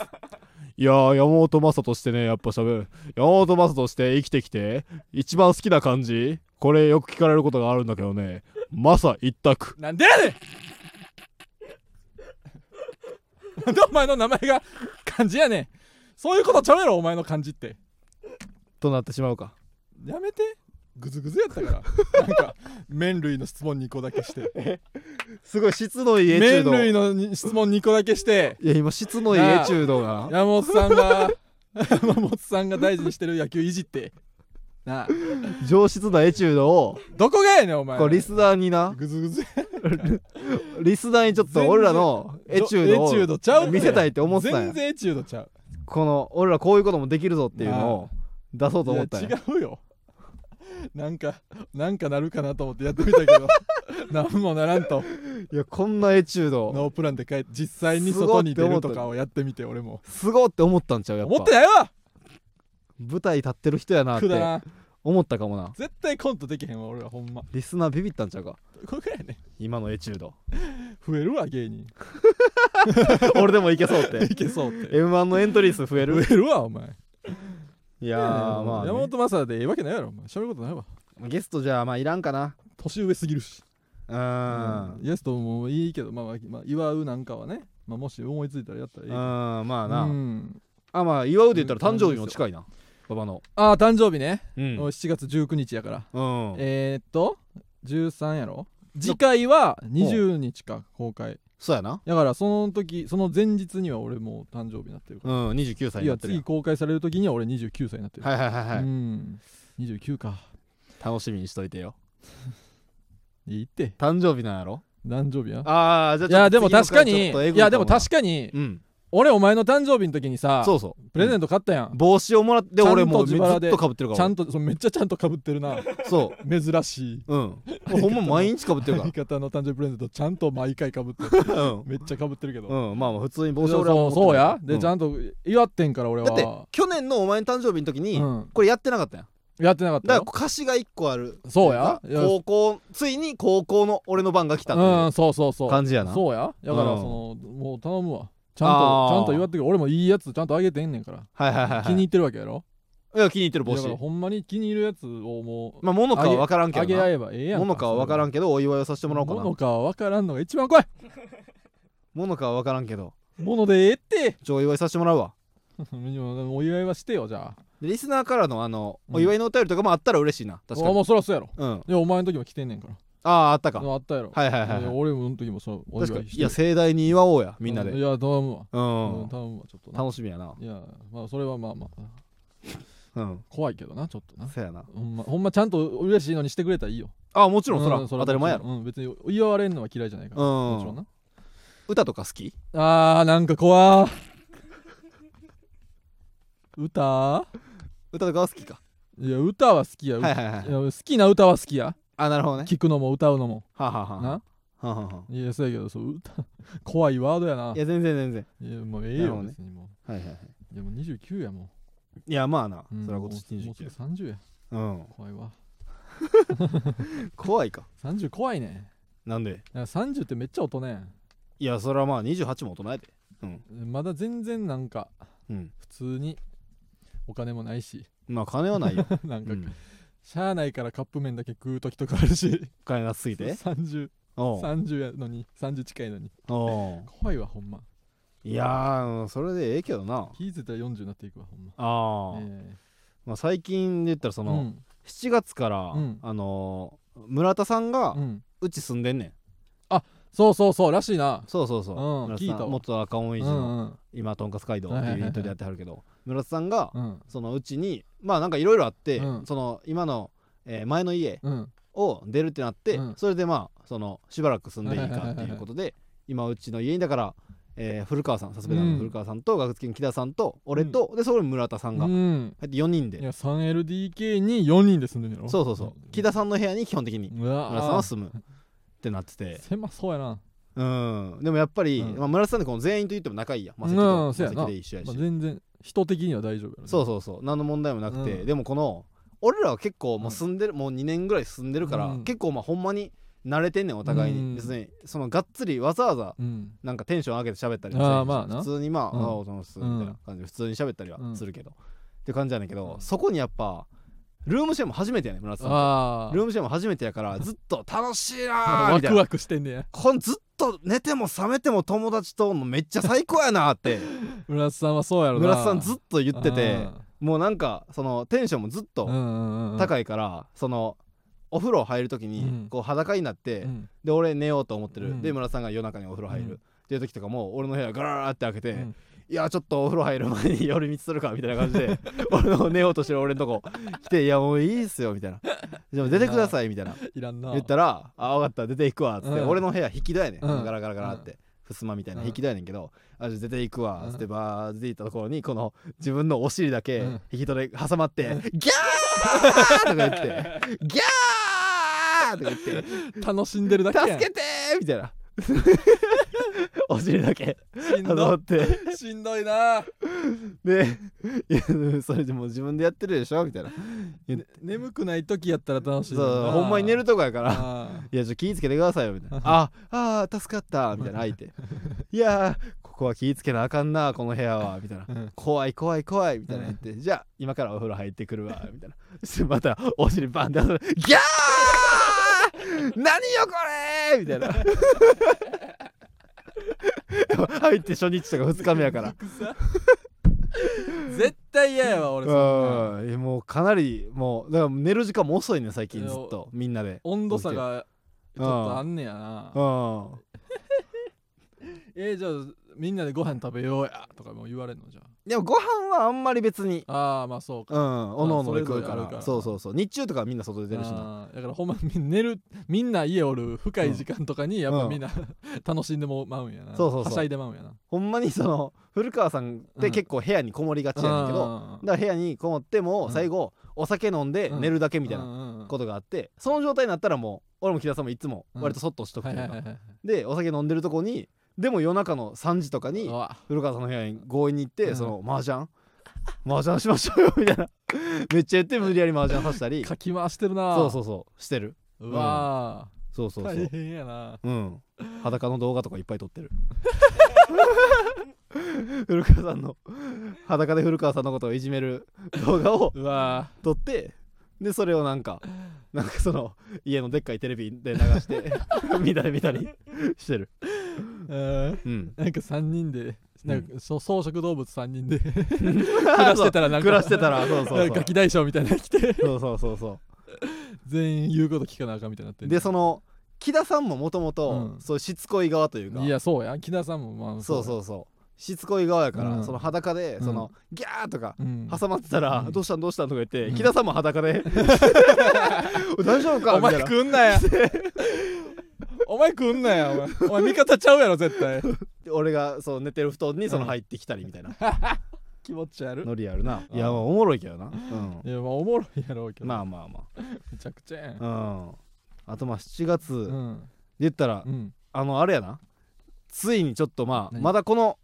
Speaker 1: いやー山本正としてねやっぱ喋る山本正として生きてきて一番好きな感じこれよく聞かれることがあるんだけどね正一択
Speaker 2: なんでやねんなんでお前の名前が漢字やねんそういうことちゃうやろお前の漢字って
Speaker 1: となってしまうか
Speaker 2: やめてグズグズやったからなんか麺類の質問2個だけして
Speaker 1: すごい質のいいエチュー
Speaker 2: 麺
Speaker 1: ド
Speaker 2: 類のに質問2個だけして
Speaker 1: いや今質のいいエチュードが
Speaker 2: 山本さんが山本さんが大事にしてる野球いじってなあ
Speaker 1: 上質なエチュードを
Speaker 2: どこがやねんお前
Speaker 1: こうリスナーにな
Speaker 2: グズグズや
Speaker 1: リスナーにちょっと俺らのエチュ
Speaker 2: エチュ
Speaker 1: ー
Speaker 2: ー
Speaker 1: ドを
Speaker 2: ドちゃう
Speaker 1: 見せたいって思ってたん
Speaker 2: 全
Speaker 1: や
Speaker 2: 然エチュードちゃう
Speaker 1: この俺らこういうこともできるぞっていうのを出そうと思ったん
Speaker 2: い
Speaker 1: や
Speaker 2: や違うよ [laughs] なんかなんかなるかなと思ってやってみ
Speaker 1: [laughs]
Speaker 2: たけどなんもならんと
Speaker 1: いやこんなエチュード
Speaker 2: ノープランで帰って実際に外に出るとかをやってみて俺も
Speaker 1: すごって思ったんちゃうやっ
Speaker 2: 思
Speaker 1: ぱ
Speaker 2: ってないわ
Speaker 1: 舞台立ってる人やなっ
Speaker 2: くだ
Speaker 1: て
Speaker 2: らん
Speaker 1: 思ったかもな
Speaker 2: 絶対コントできへんわ俺はほんま
Speaker 1: リスナービビったんちゃうか
Speaker 2: これやね
Speaker 1: 今のエチュー
Speaker 2: [laughs]
Speaker 1: ド
Speaker 2: 増えるわ
Speaker 1: [laughs]
Speaker 2: 芸人
Speaker 1: 俺でもいけそう
Speaker 2: [laughs]
Speaker 1: って
Speaker 2: いけそうって
Speaker 1: m 1のエントリー数増え
Speaker 2: [laughs] 増え
Speaker 1: る
Speaker 2: るわお前
Speaker 1: いやーまあ
Speaker 2: 山
Speaker 1: ね
Speaker 2: 本昌でええわけないやろお前喋ることないわ
Speaker 1: ゲストじゃあまあいらんかな
Speaker 2: 年上すぎるし
Speaker 1: う
Speaker 2: うん
Speaker 1: ん
Speaker 2: イエスともいいけどまあまあまあ祝うなんかはねまあもし思いついたらやったらいいけど
Speaker 1: うんまあな、
Speaker 2: うん
Speaker 1: あまあ祝うで言ったら誕生日も近いな馬場の
Speaker 2: ああ誕生日ね
Speaker 1: う
Speaker 2: もう7月19日やから
Speaker 1: うん
Speaker 2: えー、っと13やろ次回は20日か公開
Speaker 1: そうやな
Speaker 2: だからその時その前日には俺もう誕生日になってるか
Speaker 1: うん29歳
Speaker 2: ら
Speaker 1: に
Speaker 2: い
Speaker 1: なっ
Speaker 2: や
Speaker 1: てるや
Speaker 2: 次
Speaker 1: ん
Speaker 2: 公開される時には俺29歳になってる、
Speaker 1: はいはいはいはい、
Speaker 2: うん29か
Speaker 1: 楽しみにしといてよ
Speaker 2: いいって
Speaker 1: 誕生日なんやろ
Speaker 2: 誕生日や
Speaker 1: ああじゃあ
Speaker 2: いやでも確かにいやでも
Speaker 1: か
Speaker 2: 確かに
Speaker 1: にうん
Speaker 2: 俺お前の誕生日の時にさ
Speaker 1: そうそう
Speaker 2: プレゼント買ったやん、
Speaker 1: 帽子をもらって俺もう
Speaker 2: ち
Speaker 1: ず
Speaker 2: ゃん
Speaker 1: っ
Speaker 2: と自腹で
Speaker 1: とかぶってる
Speaker 2: ちゃ
Speaker 1: か
Speaker 2: んとそうめっちゃちゃんとかぶってるな
Speaker 1: らそ
Speaker 2: 珍しいう
Speaker 1: うんもうほんま毎日かぶってるか
Speaker 2: 味方の誕生日プレゼントちゃんと毎回かぶってる
Speaker 1: らうん
Speaker 2: めっちゃかぶってるけど、
Speaker 1: うんまあまあ普通に帽子
Speaker 2: そう
Speaker 1: 俺は
Speaker 2: そう
Speaker 1: 持ってる
Speaker 2: そうやで、
Speaker 1: うん
Speaker 2: ちゃんと祝ってんから俺は
Speaker 1: だって去年のお前の誕生日の時に
Speaker 2: うん、
Speaker 1: これやってなかったやん
Speaker 2: やってなかった
Speaker 1: だ
Speaker 2: よ
Speaker 1: から歌詞が1個ある
Speaker 2: そうやいや
Speaker 1: 高校ついに高校の俺の番が来たって
Speaker 2: う
Speaker 1: い
Speaker 2: んそうそうそうう
Speaker 1: 感じやな
Speaker 2: そうやだから
Speaker 1: うん
Speaker 2: その、もう頼むわちゃん
Speaker 1: あ
Speaker 2: と
Speaker 1: ー
Speaker 2: ちゃんと祝ってくれ俺もいいやつちゃんとあげてんねんから、
Speaker 1: はいはいはいはい
Speaker 2: 気に入ってるわけやろ
Speaker 1: いや気に入ってる
Speaker 2: だ
Speaker 1: 帽
Speaker 2: から
Speaker 1: 子
Speaker 2: ほんまに気に入るやつをもう
Speaker 1: まあものかは分からんけ
Speaker 2: あげ
Speaker 1: ど
Speaker 2: 合
Speaker 1: な
Speaker 2: えばええやん
Speaker 1: ものかは分からん
Speaker 2: け
Speaker 1: けどお祝いをさせて
Speaker 2: ど
Speaker 1: もらおうかな
Speaker 2: ものかは分からんのが一番怖い
Speaker 1: ものかは分からんけど
Speaker 2: ものでええって
Speaker 1: じゃあお祝いさせてもらうわ
Speaker 2: お祝いはしてよじゃあ
Speaker 1: でリスナーからのあの
Speaker 2: うん
Speaker 1: お祝いのお便りとかもあったら嬉しいな確か
Speaker 2: あも
Speaker 1: に
Speaker 2: うそりゃそうやろ
Speaker 1: うんあ
Speaker 2: いやお前の時も来てんねんから
Speaker 1: あーあった
Speaker 2: で
Speaker 1: か
Speaker 2: もあったやろ、
Speaker 1: はいはいはい
Speaker 2: いや
Speaker 1: はい
Speaker 2: 俺もの時もそうお
Speaker 1: 確
Speaker 2: 祝
Speaker 1: か
Speaker 2: い
Speaker 1: に
Speaker 2: して
Speaker 1: いや盛大に祝おうやみんなで
Speaker 2: いや頼むわ
Speaker 1: う
Speaker 2: うん
Speaker 1: ん
Speaker 2: 頼むわちょっとな
Speaker 1: 楽しみやない
Speaker 2: やまあそれはまあまあ
Speaker 1: うん
Speaker 2: 怖いけどなちょっとな
Speaker 1: そやな
Speaker 2: ほんまほんまちゃんと嬉しいのにしてくれたらいいよも
Speaker 1: ああもちろんそら当たり前やろ
Speaker 2: うん、別に祝われんのは嫌いじゃないから、もちろ
Speaker 1: う
Speaker 2: ん
Speaker 1: ん
Speaker 2: な
Speaker 1: 歌とか好き
Speaker 2: あーなんか怖ー歌
Speaker 1: 歌とかは好きか
Speaker 2: いや歌は好きや,う、
Speaker 1: はいはいはい
Speaker 2: いや好きな歌は好きや
Speaker 1: あなるほどね
Speaker 2: 聞くのも歌うのも
Speaker 1: はあはあはあ
Speaker 2: な
Speaker 1: はあはあはい
Speaker 2: やそうやけどそう歌 [laughs] 怖いワードやない
Speaker 1: や全然全然
Speaker 2: いやもうええよ、
Speaker 1: なるほどね
Speaker 2: 別にも
Speaker 1: はいはいはいう
Speaker 2: いやもう29やも
Speaker 1: いやまあな
Speaker 2: う、うん、
Speaker 1: それは今
Speaker 2: も
Speaker 1: 年
Speaker 2: うもう
Speaker 1: 29
Speaker 2: すぐ30や
Speaker 1: うん
Speaker 2: 怖いわ
Speaker 1: 怖いか
Speaker 2: 30怖いね
Speaker 1: なんで
Speaker 2: いや30ってめっちゃ大人やん
Speaker 1: いやそれはまあ28も大人やでうん
Speaker 2: まだ全然なんか
Speaker 1: うん
Speaker 2: 普通にお金もないし [laughs]
Speaker 1: まあ金はないよ
Speaker 2: なんか、
Speaker 1: うん
Speaker 2: しゃあないからカップ麺だけ食う時とかあるし
Speaker 1: 金なすすぎ
Speaker 2: [laughs]
Speaker 1: て
Speaker 2: 3030
Speaker 1: おう
Speaker 2: やのに30近いのに
Speaker 1: おう
Speaker 2: 怖いわほんま
Speaker 1: いやーうんそれでええけどな
Speaker 2: 気ぃ付いたら40になっていくわほんま
Speaker 1: ああ、
Speaker 2: え
Speaker 1: まあ、最近で言ったらそ
Speaker 2: え
Speaker 1: の、
Speaker 2: うん
Speaker 1: 7月から、
Speaker 2: うん
Speaker 1: あのー村田さんが
Speaker 2: うん
Speaker 1: うち住んでんねん、
Speaker 2: そうそうそうらしいな
Speaker 1: そうそうそう、
Speaker 2: うん
Speaker 1: 村田
Speaker 2: 聞い
Speaker 1: さ
Speaker 2: たわ
Speaker 1: ん元赤尾
Speaker 2: う
Speaker 1: 維
Speaker 2: ん
Speaker 1: 持
Speaker 2: う
Speaker 1: の、
Speaker 2: ん
Speaker 1: 今とんかつ街道って
Speaker 2: はい
Speaker 1: い
Speaker 2: は
Speaker 1: う
Speaker 2: い
Speaker 1: イ
Speaker 2: は
Speaker 1: ベ
Speaker 2: い
Speaker 1: ントでやってはるけど、村田さんが
Speaker 2: うん
Speaker 1: そのうちにまあなんかいろいろあって、
Speaker 2: うん
Speaker 1: その今の、えー前の家
Speaker 2: うん
Speaker 1: を出るってなって、
Speaker 2: うん
Speaker 1: それでまあそのしばらく住んでいいかっていうことで今うちの家にだから、えー古川さんさすが
Speaker 2: う
Speaker 1: の
Speaker 2: ん
Speaker 1: 古川さんと学付けの木田さんと俺と、でそこに村田さんが、
Speaker 2: う
Speaker 1: 入
Speaker 2: ん
Speaker 1: って4人で
Speaker 2: いや 3LDK に4人で住んでんねやろ
Speaker 1: そうそうそう木田さんの部屋に基本的に
Speaker 2: うわ
Speaker 1: 村田さんは住むってなって
Speaker 2: [laughs]
Speaker 1: て
Speaker 2: 狭そうやな、
Speaker 1: うんでもやっぱり、
Speaker 2: うん
Speaker 1: まあ、村田さんってこの全員と言っても仲いいやマセキ
Speaker 2: う
Speaker 1: と
Speaker 2: んそうやな
Speaker 1: マセキで一緒やし、
Speaker 2: まあ、全然人的には大丈夫やろ
Speaker 1: そう
Speaker 2: う
Speaker 1: そうそう何の問題もなくて、
Speaker 2: うん
Speaker 1: でもこの俺らは結構もう住んでる、もう2年ぐらい住んでるから、
Speaker 2: うん
Speaker 1: 結構まあほんまに慣れてんねんお互い
Speaker 2: うん
Speaker 1: に別にそのがっつりわざわざ
Speaker 2: うん
Speaker 1: なんかテンション上げて喋ったり
Speaker 2: あーまあな
Speaker 1: 普通にまあ「
Speaker 2: うん
Speaker 1: ああお疲れ様です」みたいな感じで普通に喋ったりは
Speaker 2: うん
Speaker 1: するけど、って感じやねんけど、
Speaker 2: うん
Speaker 1: そこにやっぱルームシェアも初めてやねん村田さん
Speaker 2: あ
Speaker 1: ルームシェアも初めてやからずっと楽しいな
Speaker 2: あ
Speaker 1: ー
Speaker 2: [laughs] ワ
Speaker 1: みたい
Speaker 2: ク
Speaker 1: な
Speaker 2: ワクしてんねや
Speaker 1: こんずっと寝ても覚めても友達ともめっちゃ最高やなーって
Speaker 2: [laughs] 村田さんはそうやろな
Speaker 1: 村田さんずっ
Speaker 2: と
Speaker 1: と言っててもうなんかそのテンションもずっと
Speaker 2: い
Speaker 1: 高いからそのお風呂入る時
Speaker 2: うん
Speaker 1: にこう裸になって、
Speaker 2: うん
Speaker 1: で俺寝ようと思ってる、
Speaker 2: うん
Speaker 1: で村田さんが夜中にお風呂入る、
Speaker 2: うん
Speaker 1: っていう時とかも俺の部屋ガラーって開けて、
Speaker 2: うん
Speaker 1: いやちょっとお風呂入る前に寄り道するかみたいな感じ
Speaker 2: [laughs]
Speaker 1: で俺の寝ようとしてる俺のとこ来て「いやもういいっすよ」みたいな「でも出てください」みたいない
Speaker 2: らんな
Speaker 1: 言ったら「あ分かった出ていくわ」っつって、
Speaker 2: うん
Speaker 1: 俺の部屋引き戸やねん、
Speaker 2: うん
Speaker 1: ガラガラガラって。襖みたいな引き戸やねんけど、あじゃあ出ていくわっつってバーッていったところにこの自分のお尻だけ
Speaker 2: うん
Speaker 1: 引き戸で挟まって「ギャー!」とか言って
Speaker 2: [laughs]
Speaker 1: 「ギャー!」とか言って
Speaker 2: 楽しんでるだけや
Speaker 1: 助
Speaker 2: ん
Speaker 1: けてーみたい
Speaker 2: [laughs]
Speaker 1: なお尻だけ
Speaker 2: しん
Speaker 1: 飾
Speaker 2: ど
Speaker 1: って
Speaker 2: しんどいな
Speaker 1: でいやそれでもう自分でやってるでしょみたいな言っ
Speaker 2: ね眠くない時やったら楽しい
Speaker 1: そう
Speaker 2: のにな
Speaker 1: ほんまに寝るとこやから
Speaker 2: あ
Speaker 1: いやちょっと気ぃつけてくださいよみたいな [laughs] ああー助かったみたいな相 [laughs] 手いやーここは気ぃつけなあかんなこの部屋はみたいな
Speaker 2: ーうん
Speaker 1: 怖い怖い怖いみたいな言って、じゃあ今からお風呂入ってくるわみたいなそしてまたお尻バンって遊んでギャー何よこれみたいな [laughs] 入って初日とか2日目やから
Speaker 2: くさ [laughs] 絶対嫌やわ俺そんなん
Speaker 1: うんいやもうかなりもうだから寝る時間も遅いね最近ずっとみんなで
Speaker 2: 温度差がちょっとあんねやな
Speaker 1: うん
Speaker 2: えーじゃあみんなでご飯食べようやとかも言われんのじゃ
Speaker 1: でもご飯はあんまり別に
Speaker 2: ああーまあそうか
Speaker 1: うんおのおので食うか
Speaker 2: それぞれある
Speaker 1: ら
Speaker 2: から
Speaker 1: そうそうそう日中とかはみんな外で出るしな
Speaker 2: あーだからほんまみん寝るみんな家おる深い時間とかにやっぱみんな、 [laughs] 楽しんでもまうんやな
Speaker 1: そうそうそう
Speaker 2: はしゃいでまうんやな
Speaker 1: ほんまにその古川さんって結構部屋にこもりがちやねんけど、
Speaker 2: あー
Speaker 1: だから部屋にこもっても
Speaker 2: うん
Speaker 1: 最後お酒飲んで
Speaker 2: うん
Speaker 1: 寝るだけみたい
Speaker 2: うん
Speaker 1: な
Speaker 2: うんうん
Speaker 1: ことがあってその状態になったらもう俺も木田さんもいつも割とそっとしとく
Speaker 2: は
Speaker 1: とい
Speaker 2: いう
Speaker 1: か
Speaker 2: はいはいはい
Speaker 1: でお酒飲んでるとこにでも夜中の3時とかに
Speaker 2: うわ
Speaker 1: 古川さんの部屋に強引に行って、
Speaker 2: うん
Speaker 1: その麻雀麻雀しましょうよみたいなめっちゃ言って無理やり麻雀させたり
Speaker 2: かき回してるな
Speaker 1: そうそうそうしてる
Speaker 2: うわ
Speaker 1: そうそ
Speaker 2: ー
Speaker 1: うそう
Speaker 2: 大変やな
Speaker 1: うん裸の動画とかいっぱい撮
Speaker 2: [laughs]
Speaker 1: ってる古川さんの裸で古川さんのことをいじめる動画を
Speaker 2: うわ
Speaker 1: 撮ってでそれをなんかなんかその家のでっかいテレビで流して
Speaker 2: [laughs]
Speaker 1: 見たり見たりしてる
Speaker 2: ーうん
Speaker 1: うん
Speaker 2: なんか3人でなんか、そ草食動物3人で [laughs]
Speaker 1: 暮
Speaker 2: 暮らしてたらなんか
Speaker 1: 暮らしてたらそうそう
Speaker 2: なん
Speaker 1: そ
Speaker 2: か
Speaker 1: う
Speaker 2: ガキ大将みたいなの来て
Speaker 1: そうそうそうそう
Speaker 2: 全員言うこと聞かなあかんみたいになってんね
Speaker 1: でその木田さんももともと
Speaker 2: うん
Speaker 1: そういうしつこい側というか、
Speaker 2: いやそうや木田さんもまあ
Speaker 1: そう
Speaker 2: う
Speaker 1: そうそうしつこい側やから、
Speaker 2: うん
Speaker 1: その裸で
Speaker 2: うん
Speaker 1: その、ギャーとか
Speaker 2: や、うん、
Speaker 1: 挟まってたら、
Speaker 2: うん
Speaker 1: どうしたんどうしたんとか言って、
Speaker 2: うん
Speaker 1: 木田さんも裸
Speaker 2: [laughs]
Speaker 1: で大丈夫か
Speaker 2: お前
Speaker 1: みたいな
Speaker 2: 食んなや [laughs] お前食んなやお前お前味方ちゃうやろ
Speaker 1: [laughs]
Speaker 2: 絶対
Speaker 1: 俺がそう寝てる布団にその入ってきたりみたいな
Speaker 2: 気持ち悪い
Speaker 1: ノリあるな、
Speaker 2: うん
Speaker 1: いやもうおもろいけどな、うん
Speaker 2: いやまあおもろいやろうけど、
Speaker 1: まあまあま
Speaker 2: めちゃくちゃやん
Speaker 1: あうんあとまあ7月、
Speaker 2: う
Speaker 1: で
Speaker 2: ん
Speaker 1: 言ったら、
Speaker 2: うん
Speaker 1: あのあれやなついにちょっとまあ
Speaker 2: 何
Speaker 1: まだこの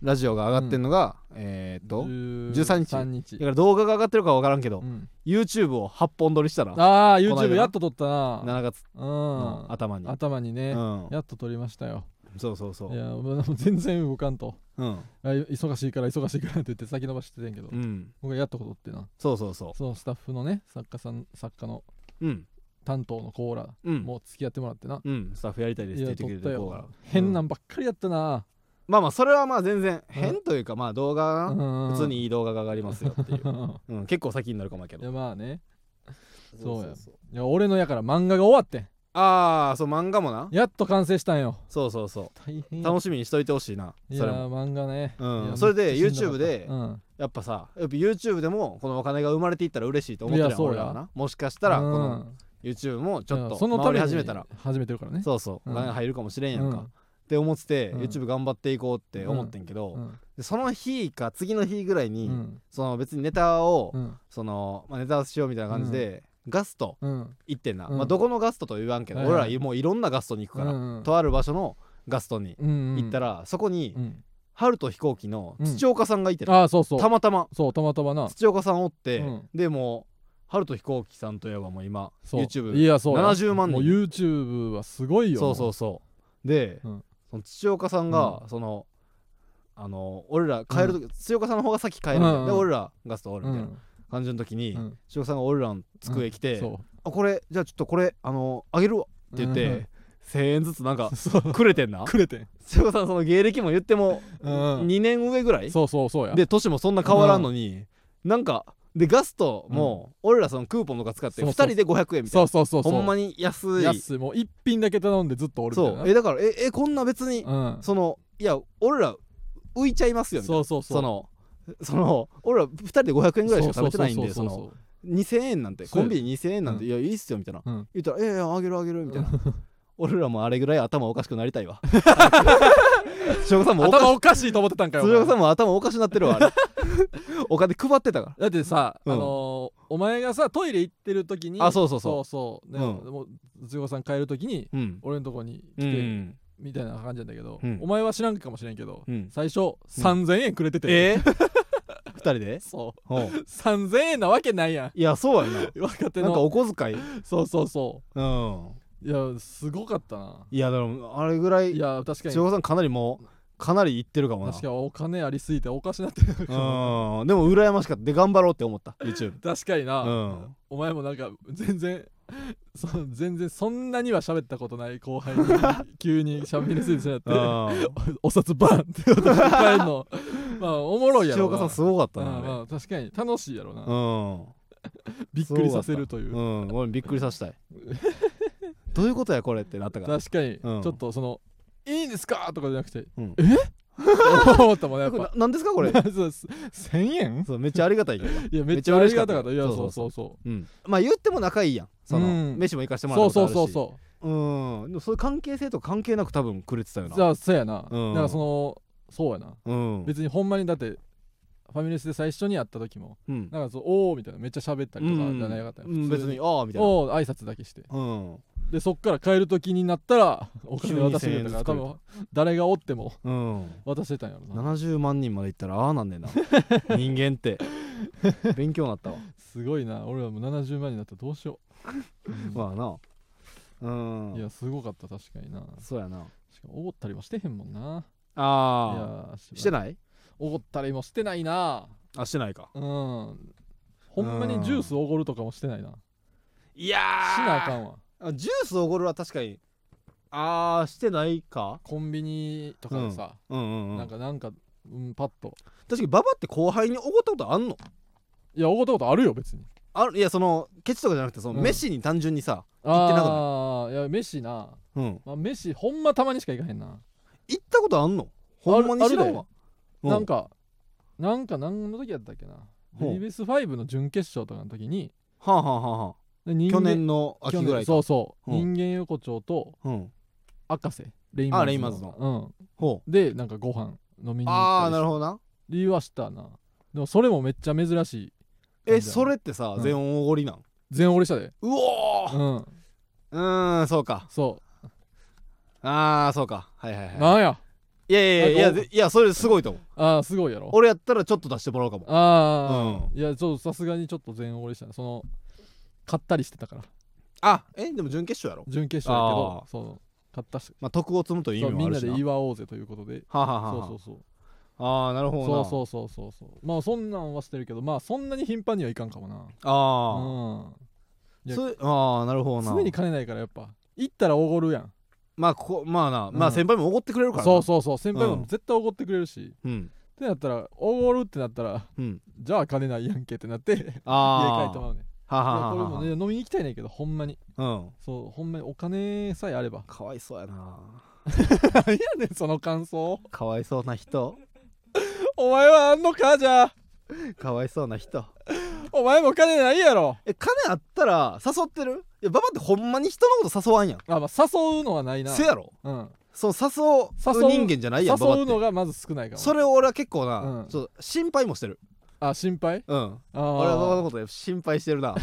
Speaker 1: ラジオが上がってんのが、えー、っと13
Speaker 2: 13
Speaker 1: 日
Speaker 2: 日
Speaker 1: だから動画が上がってるかは分からんけど、
Speaker 2: うん
Speaker 1: YouTube を8本撮りしたな
Speaker 2: ああ
Speaker 1: この間
Speaker 2: YouTube
Speaker 1: な
Speaker 2: やっと撮ったな
Speaker 1: 7月
Speaker 2: う
Speaker 1: の
Speaker 2: ん
Speaker 1: 頭に、
Speaker 2: 頭にね、
Speaker 1: うん、
Speaker 2: やっと撮りましたよ
Speaker 1: そうそうそ
Speaker 2: いうやもう全然動かんと
Speaker 1: うん、
Speaker 2: あ忙しいから忙しいからって言って先延ばしててんけど、
Speaker 1: うん、
Speaker 2: 僕がやっと撮ってな
Speaker 1: そうそうそ
Speaker 2: そのスタッフのね作家さん作家の
Speaker 1: ううん
Speaker 2: 担当のコーラ
Speaker 1: うん
Speaker 2: も付き合ってもらってな、
Speaker 1: うんスタッフやりたいです
Speaker 2: い
Speaker 1: っ
Speaker 2: や
Speaker 1: て
Speaker 2: 撮
Speaker 1: 言っ
Speaker 2: って
Speaker 1: く
Speaker 2: た
Speaker 1: れてる子が
Speaker 2: よ変なんばっかりやったな、
Speaker 1: まあまあそれはまあ全然
Speaker 2: うん
Speaker 1: 変というかまあ動
Speaker 2: う
Speaker 1: 画が
Speaker 2: ん、
Speaker 1: 普通にいい動画が上がりますよっていう
Speaker 2: [laughs] うん
Speaker 1: うん結構先になるかもやけ
Speaker 2: い
Speaker 1: ど
Speaker 2: やまあねそうや
Speaker 1: そう
Speaker 2: いや俺のやから漫画が終わってん
Speaker 1: ああそう漫画もな
Speaker 2: やっと完成したんよ
Speaker 1: そうそうそ
Speaker 2: 大変
Speaker 1: う
Speaker 2: や
Speaker 1: 楽しみにしといてほしいないそれ
Speaker 2: や
Speaker 1: も
Speaker 2: 漫画ね、
Speaker 1: うん
Speaker 2: いや
Speaker 1: それで
Speaker 2: めっちゃしんどかった
Speaker 1: YouTube で
Speaker 2: うん
Speaker 1: やっぱさやっぱ YouTube でもこのお金が生まれていったら嬉しいと思ってるや
Speaker 2: いや
Speaker 1: ん
Speaker 2: そう
Speaker 1: 俺
Speaker 2: や
Speaker 1: らはなもしかしたらこ
Speaker 2: う
Speaker 1: の
Speaker 2: ん
Speaker 1: YouTube もちょっ
Speaker 2: い
Speaker 1: と
Speaker 2: やそのた
Speaker 1: 回
Speaker 2: め
Speaker 1: り
Speaker 2: に
Speaker 1: 始めたら
Speaker 2: 始めてるからね
Speaker 1: そうそう、
Speaker 2: うん
Speaker 1: お金入るかもしれんやんか、
Speaker 2: うん
Speaker 1: って思ってて、
Speaker 2: うん
Speaker 1: YouTube 頑張っていこうって思ってんけど、
Speaker 2: うん
Speaker 1: でその日か次の日ぐらいに、
Speaker 2: うん
Speaker 1: その別にネタを、
Speaker 2: うん
Speaker 1: その、まあ、ネタ合わせしようみたいな感じで、ガスト
Speaker 2: うん
Speaker 1: 行ってんな、
Speaker 2: うん
Speaker 1: まあ、どこのガストとは言わんけど、
Speaker 2: はいはい
Speaker 1: 俺らもういろんなガストに行くから、
Speaker 2: うん
Speaker 1: とある場所のガストに
Speaker 2: うん
Speaker 1: 行った
Speaker 2: ら、
Speaker 1: ら、そこに、
Speaker 2: うん
Speaker 1: 春と飛行機の土岡さんがいてる、
Speaker 2: ああそうそう
Speaker 1: たまたま
Speaker 2: そうたまたまな
Speaker 1: 土岡さんおって、
Speaker 2: うん
Speaker 1: でもう春人飛行機さんといえばもう今
Speaker 2: そう
Speaker 1: YouTube
Speaker 2: いやそうや
Speaker 1: 70万人
Speaker 2: もう YouTube はすごいよ
Speaker 1: そうそうそうで、
Speaker 2: うん
Speaker 1: その土岡さんが、そのあの俺ら帰る時、土岡さんの方が先帰るみたいな、
Speaker 2: うん
Speaker 1: で俺らガストおる
Speaker 2: う
Speaker 1: み
Speaker 2: ん
Speaker 1: たいな感じの時に、
Speaker 2: うん
Speaker 1: 土岡さんが俺らの机来て、
Speaker 2: そ
Speaker 1: あこれじゃあちょっとこれあのあげるわ
Speaker 2: う
Speaker 1: って言って、1000円ずつなんか [laughs]
Speaker 2: うん [laughs] そう
Speaker 1: くれてんな
Speaker 2: くれてん
Speaker 1: 土岡さんその芸歴も言っても
Speaker 2: うん
Speaker 1: 2年上ぐらい、
Speaker 2: そうそうそうや
Speaker 1: で年もそんな変わらんのに、なんかでガストも、俺らそのクーポンとか使って
Speaker 2: そ
Speaker 1: 2
Speaker 2: うそう
Speaker 1: 人で500円みたい
Speaker 2: そ
Speaker 1: な
Speaker 2: うそうそうそう
Speaker 1: ほんまに安い
Speaker 2: 安いもう一品だけ頼んでずっとおるみた
Speaker 1: そ
Speaker 2: いな
Speaker 1: うえだからええこんな別に、
Speaker 2: うん
Speaker 1: そのいや俺ら浮いちゃいますよみたいな
Speaker 2: そうそうそ
Speaker 1: そ
Speaker 2: う
Speaker 1: のその俺ら2人で500円ぐらいしか食べてないんで
Speaker 2: そ
Speaker 1: そう
Speaker 2: そうそう
Speaker 1: の
Speaker 2: そう
Speaker 1: 2000円なんて
Speaker 2: そう
Speaker 1: コ
Speaker 2: や
Speaker 1: ンビニ2000円なんて、
Speaker 2: うん
Speaker 1: いやいいっすよみたいな、
Speaker 2: うん
Speaker 1: 言ったら「ええあげるあげる」みたいな [laughs] 俺らもあれぐらい頭おかしくなりたい [laughs] わ翔子さんもおか
Speaker 2: 頭おかしいと思ってたんかよお
Speaker 1: 鶴
Speaker 2: 前
Speaker 1: 岡さんも頭おかしなってるわあ [laughs] れお金配ってたか
Speaker 2: だってさ、
Speaker 1: うん
Speaker 2: あのーお前がさトイレ行ってる時に
Speaker 1: らあそうそう
Speaker 2: そ
Speaker 1: そう
Speaker 2: そうね、
Speaker 1: うん
Speaker 2: もう十五さん帰る時に
Speaker 1: ううん
Speaker 2: 俺のとこに
Speaker 1: う
Speaker 2: 来て、
Speaker 1: ん
Speaker 2: みたいな感じなんだけど、
Speaker 1: うん
Speaker 2: お前は知らんかもしれんけど、
Speaker 1: うん
Speaker 2: 最初3000円くれてて、
Speaker 1: ええ二人で
Speaker 2: [laughs] そう
Speaker 1: おう
Speaker 2: 3000円なわけないや
Speaker 1: いやそうやなん
Speaker 2: 若手
Speaker 1: なんか
Speaker 2: の
Speaker 1: お小遣い
Speaker 2: そうそうそ
Speaker 1: うん
Speaker 2: ういやすごかったない
Speaker 1: やでもあれぐらい
Speaker 2: いや確かに
Speaker 1: 千代さんかなりもうかなりいってるかもな
Speaker 2: 確かにお金ありすぎておかしなってるかも
Speaker 1: うんでも羨ましかったで頑張ろうって思った YouTube
Speaker 2: 確かにな、
Speaker 1: うん
Speaker 2: お前もなんか全然そ全然そんなには喋ったことない後輩
Speaker 1: [laughs]
Speaker 2: に急に喋りすぎてしまって
Speaker 1: うん
Speaker 2: お札バンって渡して帰
Speaker 1: [laughs]
Speaker 2: るのまあおもろいや
Speaker 1: 千
Speaker 2: ろ
Speaker 1: 代
Speaker 2: な
Speaker 1: さんすごかった
Speaker 2: うんま
Speaker 1: な
Speaker 2: あ確かに楽しいやろな、
Speaker 1: あれうん
Speaker 2: びっくりさせるという、
Speaker 1: うん俺びっくりさせた
Speaker 2: [laughs]
Speaker 1: いどういうことやこれってなったから
Speaker 2: 確かに、
Speaker 1: うん
Speaker 2: ちょっとその「いいんですか?」とかじゃなくて「
Speaker 1: うん
Speaker 2: えって思ったもんねやっ
Speaker 1: な
Speaker 2: ぱ
Speaker 1: なんですかこれ
Speaker 2: [laughs] そうす1000
Speaker 1: [laughs]
Speaker 2: 円
Speaker 1: そうめっちゃありがたいけど
Speaker 2: いやめっち
Speaker 1: めっちゃ
Speaker 2: ゃあ
Speaker 1: 嬉
Speaker 2: り
Speaker 1: しかっ
Speaker 2: が
Speaker 1: た
Speaker 2: たかったいや
Speaker 1: そう
Speaker 2: そ
Speaker 1: そううそう
Speaker 2: そそう
Speaker 1: うん、まあ言っても仲いいやんその、
Speaker 2: うん
Speaker 1: 飯も行かしてもら
Speaker 2: そ
Speaker 1: っ
Speaker 2: う
Speaker 1: たことあ
Speaker 2: そう
Speaker 1: るし
Speaker 2: そうそ
Speaker 1: うんでもそういう関係性とか関係なく多分くれてたよ
Speaker 2: う
Speaker 1: な
Speaker 2: じゃあそうやな、
Speaker 1: うん
Speaker 2: なんかそのそうやな
Speaker 1: うん、
Speaker 2: 別にほんまにだってファミレスで最初に会った時も
Speaker 1: うん
Speaker 2: なんかそうおおみたいなめっちゃ喋ったりとかじゃなかったよ、
Speaker 1: うん、
Speaker 2: 普
Speaker 1: 別
Speaker 2: 通
Speaker 1: にああみたいな
Speaker 2: おお挨拶だけして
Speaker 1: うん
Speaker 2: でそっから帰る時になったらお金渡してくれたか
Speaker 1: 急
Speaker 2: ら多
Speaker 1: に1000
Speaker 2: 分誰がおっても
Speaker 1: うん
Speaker 2: 渡してたんやろな
Speaker 1: 70万人までいったらああなんねん
Speaker 2: [laughs]
Speaker 1: な人間って勉強になったわ
Speaker 2: すごいな俺らもう70万になったらどうしよう、
Speaker 1: まあなうん
Speaker 2: いやすごかった確かにな
Speaker 1: そうやな
Speaker 2: しかもおごったりもしてへんもんな
Speaker 1: あ
Speaker 2: いや
Speaker 1: あして
Speaker 2: い
Speaker 1: ない
Speaker 2: おごったりもしてないな
Speaker 1: あしてないか
Speaker 2: うんほんまにジュースおごるとかもしてないない
Speaker 1: や
Speaker 2: しなあか
Speaker 1: ん
Speaker 2: んわ
Speaker 1: あジュースおごるは確かにああしてないか
Speaker 2: コンビニとかでさ、
Speaker 1: うんうん、う
Speaker 2: なん
Speaker 1: ん、
Speaker 2: かなんか、うん、パッと
Speaker 1: 確かにババって後輩におごったことあんの
Speaker 2: いやおごったことあるよ別に
Speaker 1: あるいやそのケチとかじゃなくてその、
Speaker 2: うん
Speaker 1: 飯に単純にさ行ってなかった
Speaker 2: ああいや飯な、
Speaker 1: うん
Speaker 2: まあ、飯ほんまたまにしか行かへんな
Speaker 1: 行ったことあんのほんまに知らんわう
Speaker 2: なんかなんか何の時やったっけな
Speaker 1: ほう
Speaker 2: BBS5 の準決勝とかの時に
Speaker 1: はあはあはあは
Speaker 2: で
Speaker 1: あ
Speaker 2: 人間
Speaker 1: 去年の秋ぐらい
Speaker 2: 去年そ
Speaker 1: か
Speaker 2: うそう、
Speaker 1: うん
Speaker 2: 人間横丁と
Speaker 1: うん
Speaker 2: 赤瀬レイ
Speaker 1: あレインマンズほ
Speaker 2: うん、でなんかご飯飲
Speaker 1: う
Speaker 2: みに行った
Speaker 1: ああ
Speaker 2: り
Speaker 1: な
Speaker 2: し
Speaker 1: るほどな
Speaker 2: 理由はしたなでもそれもめっちゃ珍しい
Speaker 1: えそれってさ
Speaker 2: うん
Speaker 1: 全音おごりなん
Speaker 2: 全折れしたで
Speaker 1: うおー
Speaker 2: うん
Speaker 1: うーんそうか
Speaker 2: そ、
Speaker 1: ああそうかはいはいうはい
Speaker 2: なんや
Speaker 1: いやいやいやい
Speaker 2: な
Speaker 1: や
Speaker 2: んか
Speaker 1: ぜいやそれすごいと思う
Speaker 2: ああすごいやろ
Speaker 1: 俺やったらちょっと出してもらおうかも
Speaker 2: ああ、いやちょっとさすがにちょっと全折れしたなその買ったりしてたから
Speaker 1: あえでも準決勝やろ
Speaker 2: 準決勝だけ
Speaker 1: あ
Speaker 2: ど
Speaker 1: ー
Speaker 2: そう買ったし
Speaker 1: まあ徳を積むという意
Speaker 2: そう
Speaker 1: 味
Speaker 2: み
Speaker 1: もあ
Speaker 2: ん
Speaker 1: る
Speaker 2: な
Speaker 1: し
Speaker 2: で
Speaker 1: な
Speaker 2: 祝おうぜということで
Speaker 1: はあはあ
Speaker 2: そう
Speaker 1: は
Speaker 2: そうそう
Speaker 1: あああなるほど
Speaker 2: そう
Speaker 1: な
Speaker 2: そうそうそうそうまあそんなんはしてるけどまあそんなに頻繁にはいかんかもな
Speaker 1: あ
Speaker 2: い
Speaker 1: あ
Speaker 2: や
Speaker 1: それああなるほ
Speaker 2: うん
Speaker 1: ど
Speaker 2: 常に
Speaker 1: な
Speaker 2: 金ないからやっぱ行ったらおごるやん
Speaker 1: まあここまあなまあ
Speaker 2: うん
Speaker 1: 先輩もおごってくれるからな
Speaker 2: そうそうそう先輩
Speaker 1: うん
Speaker 2: も絶対おごってくれるし、っ
Speaker 1: うん
Speaker 2: てなったらおごるってなったら
Speaker 1: うん
Speaker 2: じゃあ金ないやんけってなって家帰って
Speaker 1: ああ
Speaker 2: まうね
Speaker 1: はあ
Speaker 2: いや
Speaker 1: はあ
Speaker 2: これ
Speaker 1: はあ
Speaker 2: も
Speaker 1: は
Speaker 2: ね飲みに行きたいねんけどほんまに
Speaker 1: あうん
Speaker 2: そうほんまにお金さえあれば
Speaker 1: かわいそうやな
Speaker 2: 何やねんその感想
Speaker 1: かわいそうな人
Speaker 2: お前はあんのかじゃあ
Speaker 1: かわいそうな人
Speaker 2: お前も金ないやろ
Speaker 1: え金あったら誘ってるいやババってほんまに人のこと誘わんやん
Speaker 2: あまあ誘うのはないな
Speaker 1: せやろ
Speaker 2: うん
Speaker 1: そう誘う
Speaker 2: 誘う
Speaker 1: 人間じゃないやんババ
Speaker 2: 誘
Speaker 1: っ
Speaker 2: うの
Speaker 1: て
Speaker 2: がまず少ないかも
Speaker 1: それを俺は結構な、
Speaker 2: うん
Speaker 1: ちょっと心配もしてる
Speaker 2: あ心配
Speaker 1: うん
Speaker 2: ああ
Speaker 1: 俺はババのこと心配してる
Speaker 2: [laughs]
Speaker 1: な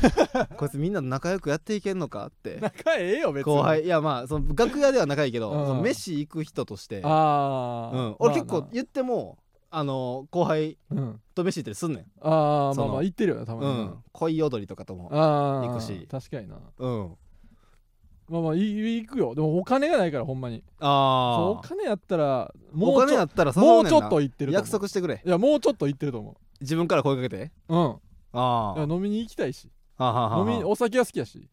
Speaker 1: こいつみんな仲良くやっていけんのかって
Speaker 2: 仲ええよ別に
Speaker 1: 後輩いやまあその楽屋では仲いいけど、
Speaker 2: うん
Speaker 1: その飯行く人として、
Speaker 2: あ
Speaker 1: う
Speaker 2: あ、
Speaker 1: ん、俺結構
Speaker 2: まあな
Speaker 1: 言っても、あの後輩
Speaker 2: うん
Speaker 1: と飯行ったりすんねん
Speaker 2: ああ
Speaker 1: そ
Speaker 2: ま
Speaker 1: の
Speaker 2: あまあ言ってるよねたま
Speaker 1: う
Speaker 2: に、
Speaker 1: ん恋踊りとかとも
Speaker 2: ああ
Speaker 1: 行くし
Speaker 2: 確かにな
Speaker 1: うん
Speaker 2: まあまあい行くよでもお金がないからほんまにそうお
Speaker 1: ああ
Speaker 2: 金やったら
Speaker 1: お
Speaker 2: もう
Speaker 1: 金
Speaker 2: ち
Speaker 1: や
Speaker 2: ょ
Speaker 1: ったら
Speaker 2: もう
Speaker 1: 誘ねん
Speaker 2: ち
Speaker 1: な
Speaker 2: ょっと行ってると思う
Speaker 1: 約束してくれ
Speaker 2: いやもうちょっと行ってると思
Speaker 1: 自分から声かけて
Speaker 2: ううん
Speaker 1: あ
Speaker 2: いや飲みに行きたいし
Speaker 1: あはあはあはあ
Speaker 2: 飲みお酒は好きやし